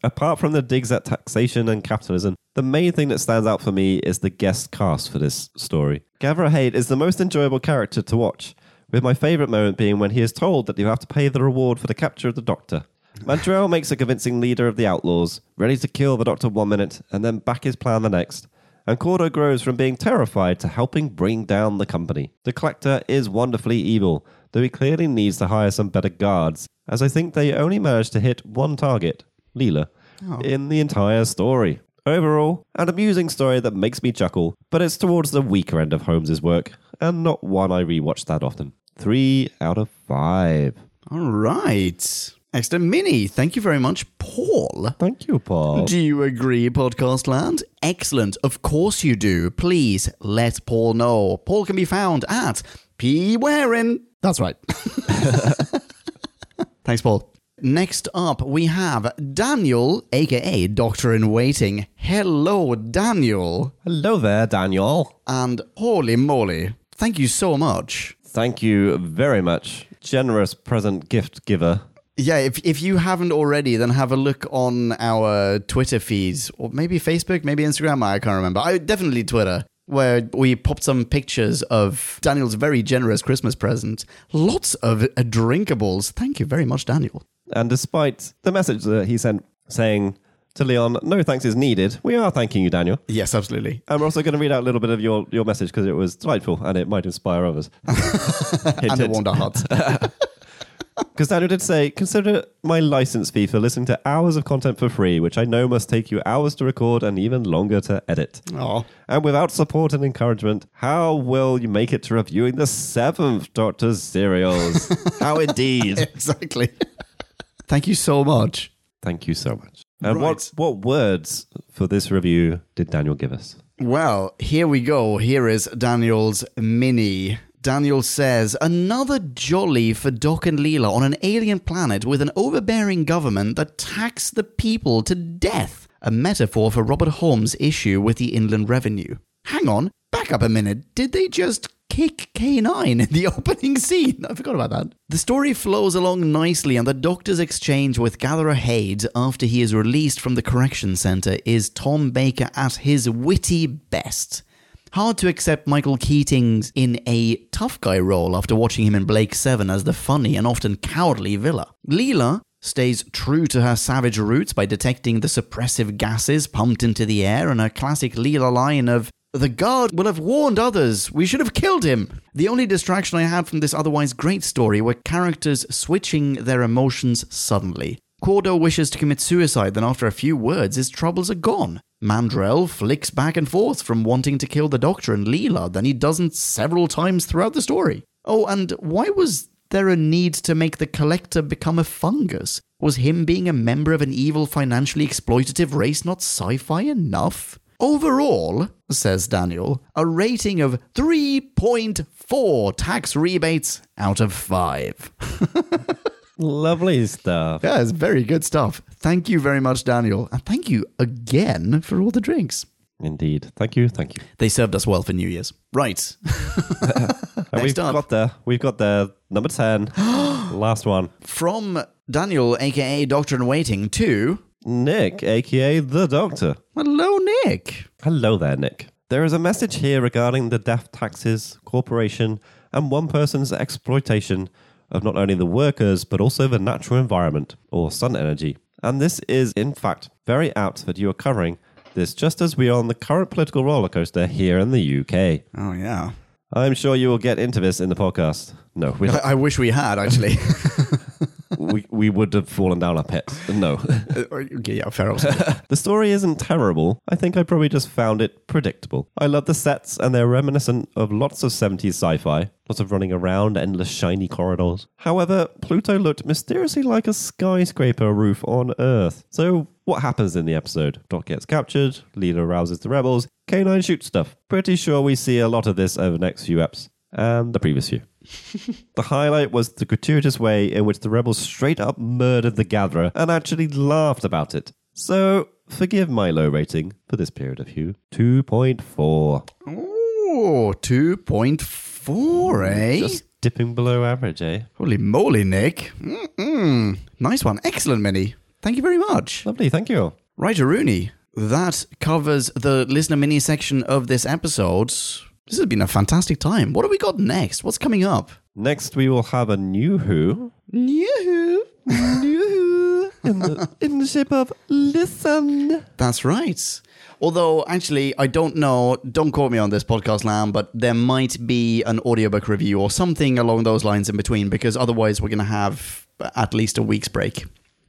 Speaker 1: Apart from the digs at taxation and capitalism, the main thing that stands out for me is the guest cast for this story. Gavra Haight is the most enjoyable character to watch, with my favourite moment being when he is told that you have to pay the reward for the capture of the Doctor. Mandrell makes a convincing leader of the outlaws, ready to kill the Doctor one minute and then back his plan the next. And Cordo grows from being terrified to helping bring down the company. The collector is wonderfully evil, though he clearly needs to hire some better guards, as I think they only managed to hit one target, Leela, in the entire story. Overall, an amusing story that makes me chuckle, but it's towards the weaker end of Holmes's work, and not one I rewatch that often. Three out of five.
Speaker 2: All right. Excellent mini. Thank you very much, Paul.
Speaker 1: Thank you, Paul.
Speaker 2: Do you agree, Podcast Land? Excellent. Of course you do. Please let Paul know. Paul can be found at P. Waring. That's right. Thanks, Paul. Next up, we have Daniel, aka Doctor in Waiting. Hello, Daniel.
Speaker 1: Hello there, Daniel.
Speaker 2: And holy moly, thank you so much.
Speaker 1: Thank you very much. Generous present gift giver.
Speaker 2: Yeah, if, if you haven't already, then have a look on our Twitter feeds, or maybe Facebook, maybe Instagram, I can't remember. I Definitely Twitter, where we popped some pictures of Daniel's very generous Christmas present. Lots of uh, drinkables. Thank you very much, Daniel.
Speaker 1: And despite the message that he sent saying to Leon, no thanks is needed, we are thanking you, Daniel.
Speaker 2: Yes, absolutely.
Speaker 1: And we're also going to read out a little bit of your, your message because it was delightful and it might inspire others.
Speaker 2: and the Wonder Hearts.
Speaker 1: Because Daniel did say, consider it my license fee for listening to hours of content for free, which I know must take you hours to record and even longer to edit.
Speaker 2: Aw.
Speaker 1: And without support and encouragement, how will you make it to reviewing the seventh Doctor's serials? how indeed.
Speaker 2: exactly. thank you so much.
Speaker 1: Thank you so much. And
Speaker 2: Right.
Speaker 1: what, what words for this review did Daniel give us?
Speaker 2: Well, here we go. Here is Daniel's mini. Daniel says, another jolly for Doc and Leela on an alien planet with an overbearing government that tax the people to death. A metaphor for Robert Holmes' issue with the Inland Revenue. Hang on, back up a minute. Did they just kick K9 in the opening scene. I forgot about that. The story flows along nicely, and the doctor's exchange with Gatherer Hades after he is released from the correction center is Tom Baker at his witty best. Hard to accept Michael Keating's in a tough guy role after watching him in Blake 7 as the funny and often cowardly villa. Leela stays true to her savage roots by detecting the suppressive gases pumped into the air and her classic Leela line of the guard will have warned others. We should have killed him. The only distraction I had from this otherwise great story were characters switching their emotions suddenly. Cordo wishes to commit suicide, then after a few words, his troubles are gone. Mandrell flicks back and forth from wanting to kill the Doctor and Leela, then he doesn't several times throughout the story. Oh, and why was there a need to make the collector become a fungus? Was him being a member of an evil, financially exploitative race not sci fi enough? Overall, says Daniel, a rating of 3.4 tax rebates out of 5.
Speaker 1: Lovely stuff.
Speaker 2: Yeah, it's very good stuff. Thank you very much, Daniel. And thank you again for all the drinks.
Speaker 1: Indeed. Thank you. Thank you.
Speaker 2: They served us well for New Year's. Right.
Speaker 1: And
Speaker 2: Next
Speaker 1: we've
Speaker 2: up.
Speaker 1: got there. We've got there. Number 10. last one.
Speaker 2: From Daniel, aka Doctor in Waiting, to
Speaker 1: Nick, aka The Doctor.
Speaker 2: Hello, Nick.
Speaker 1: Hello there, Nick. There is a message here regarding the death taxes, corporation, and one person's exploitation of not only the workers, but also the natural environment, or sun energy. And this is, in fact, very apt that you are covering this just as we are on the current political roller coaster here in the UK.
Speaker 2: Oh, yeah.
Speaker 1: I'm sure you will get into this in the podcast. No, we,
Speaker 2: I, I wish we had, actually.
Speaker 1: we, we would have fallen down our pit. No.
Speaker 2: okay, yeah, fair enough.
Speaker 1: The story isn't terrible. I think I probably just found it predictable. I love the sets, and they're reminiscent of lots of 70s sci fi. Lots of running around, endless shiny corridors. However, Pluto looked mysteriously like a skyscraper roof on Earth. So, what happens in the episode? Dot gets captured, Leela rouses the rebels, K9 shoots stuff. Pretty sure we see a lot of this over the next few eps, and the previous few. The highlight was the gratuitous way in which the rebels straight up murdered the gatherer and actually laughed about it. So, forgive my low rating for this period of Hugh 2.4.
Speaker 2: Ooh, 2.4, eh?
Speaker 1: Just dipping below average, eh?
Speaker 2: Holy moly, Nick. Mm-mm. Nice one. Excellent, Minnie. Thank you very much.
Speaker 1: Lovely, thank you.
Speaker 2: Writer Rooney, that covers the listener mini section of this episode. This has been a fantastic time. What have we got next? What's coming up?
Speaker 1: Next, we will have a new Who. New Who. New Who. In the, in the shape of Listen.
Speaker 2: That's right. Although, actually, I don't know, don't quote me on this podcast, Lamb, but there might be an audiobook review or something along those lines in between, because otherwise we're going to have at least a week's break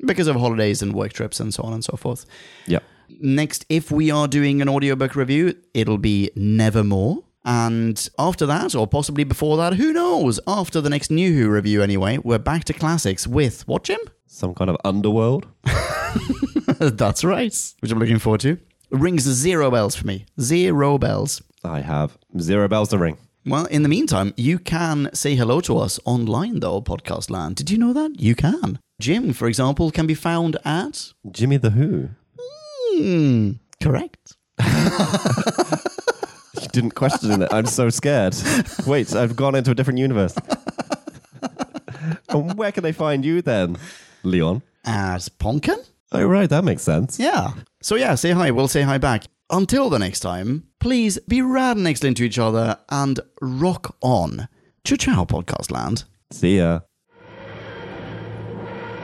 Speaker 2: because of holidays and work trips and so on and so forth.
Speaker 1: Yep.
Speaker 2: Next, if we are doing an audiobook review, it'll be Nevermore. And after that, or possibly before that, who knows? After the next New Who review, anyway, we're back to classics with what, Jim?
Speaker 1: Some kind of underworld.
Speaker 2: That's right. Which I'm looking forward to. Rings zero bells for me. Zero bells.
Speaker 1: I have zero bells to ring.
Speaker 2: Well, in the meantime, you can say hello to us online, though, Podcast Land. Did you know that? You can. Jim, for example, can be found at.
Speaker 1: Jimmy the Who.
Speaker 2: Hmm, correct.
Speaker 1: You didn't question it. I'm so scared. Wait, I've gone into a different universe. and where can they find you then, Leon?
Speaker 2: At Ponkin?
Speaker 1: Oh, right, that makes sense.
Speaker 2: Yeah. So yeah, say hi. We'll say hi back. Until the next time, please be rad and excellent to each other and rock on. Ciao ciao, podcast land.
Speaker 1: See ya.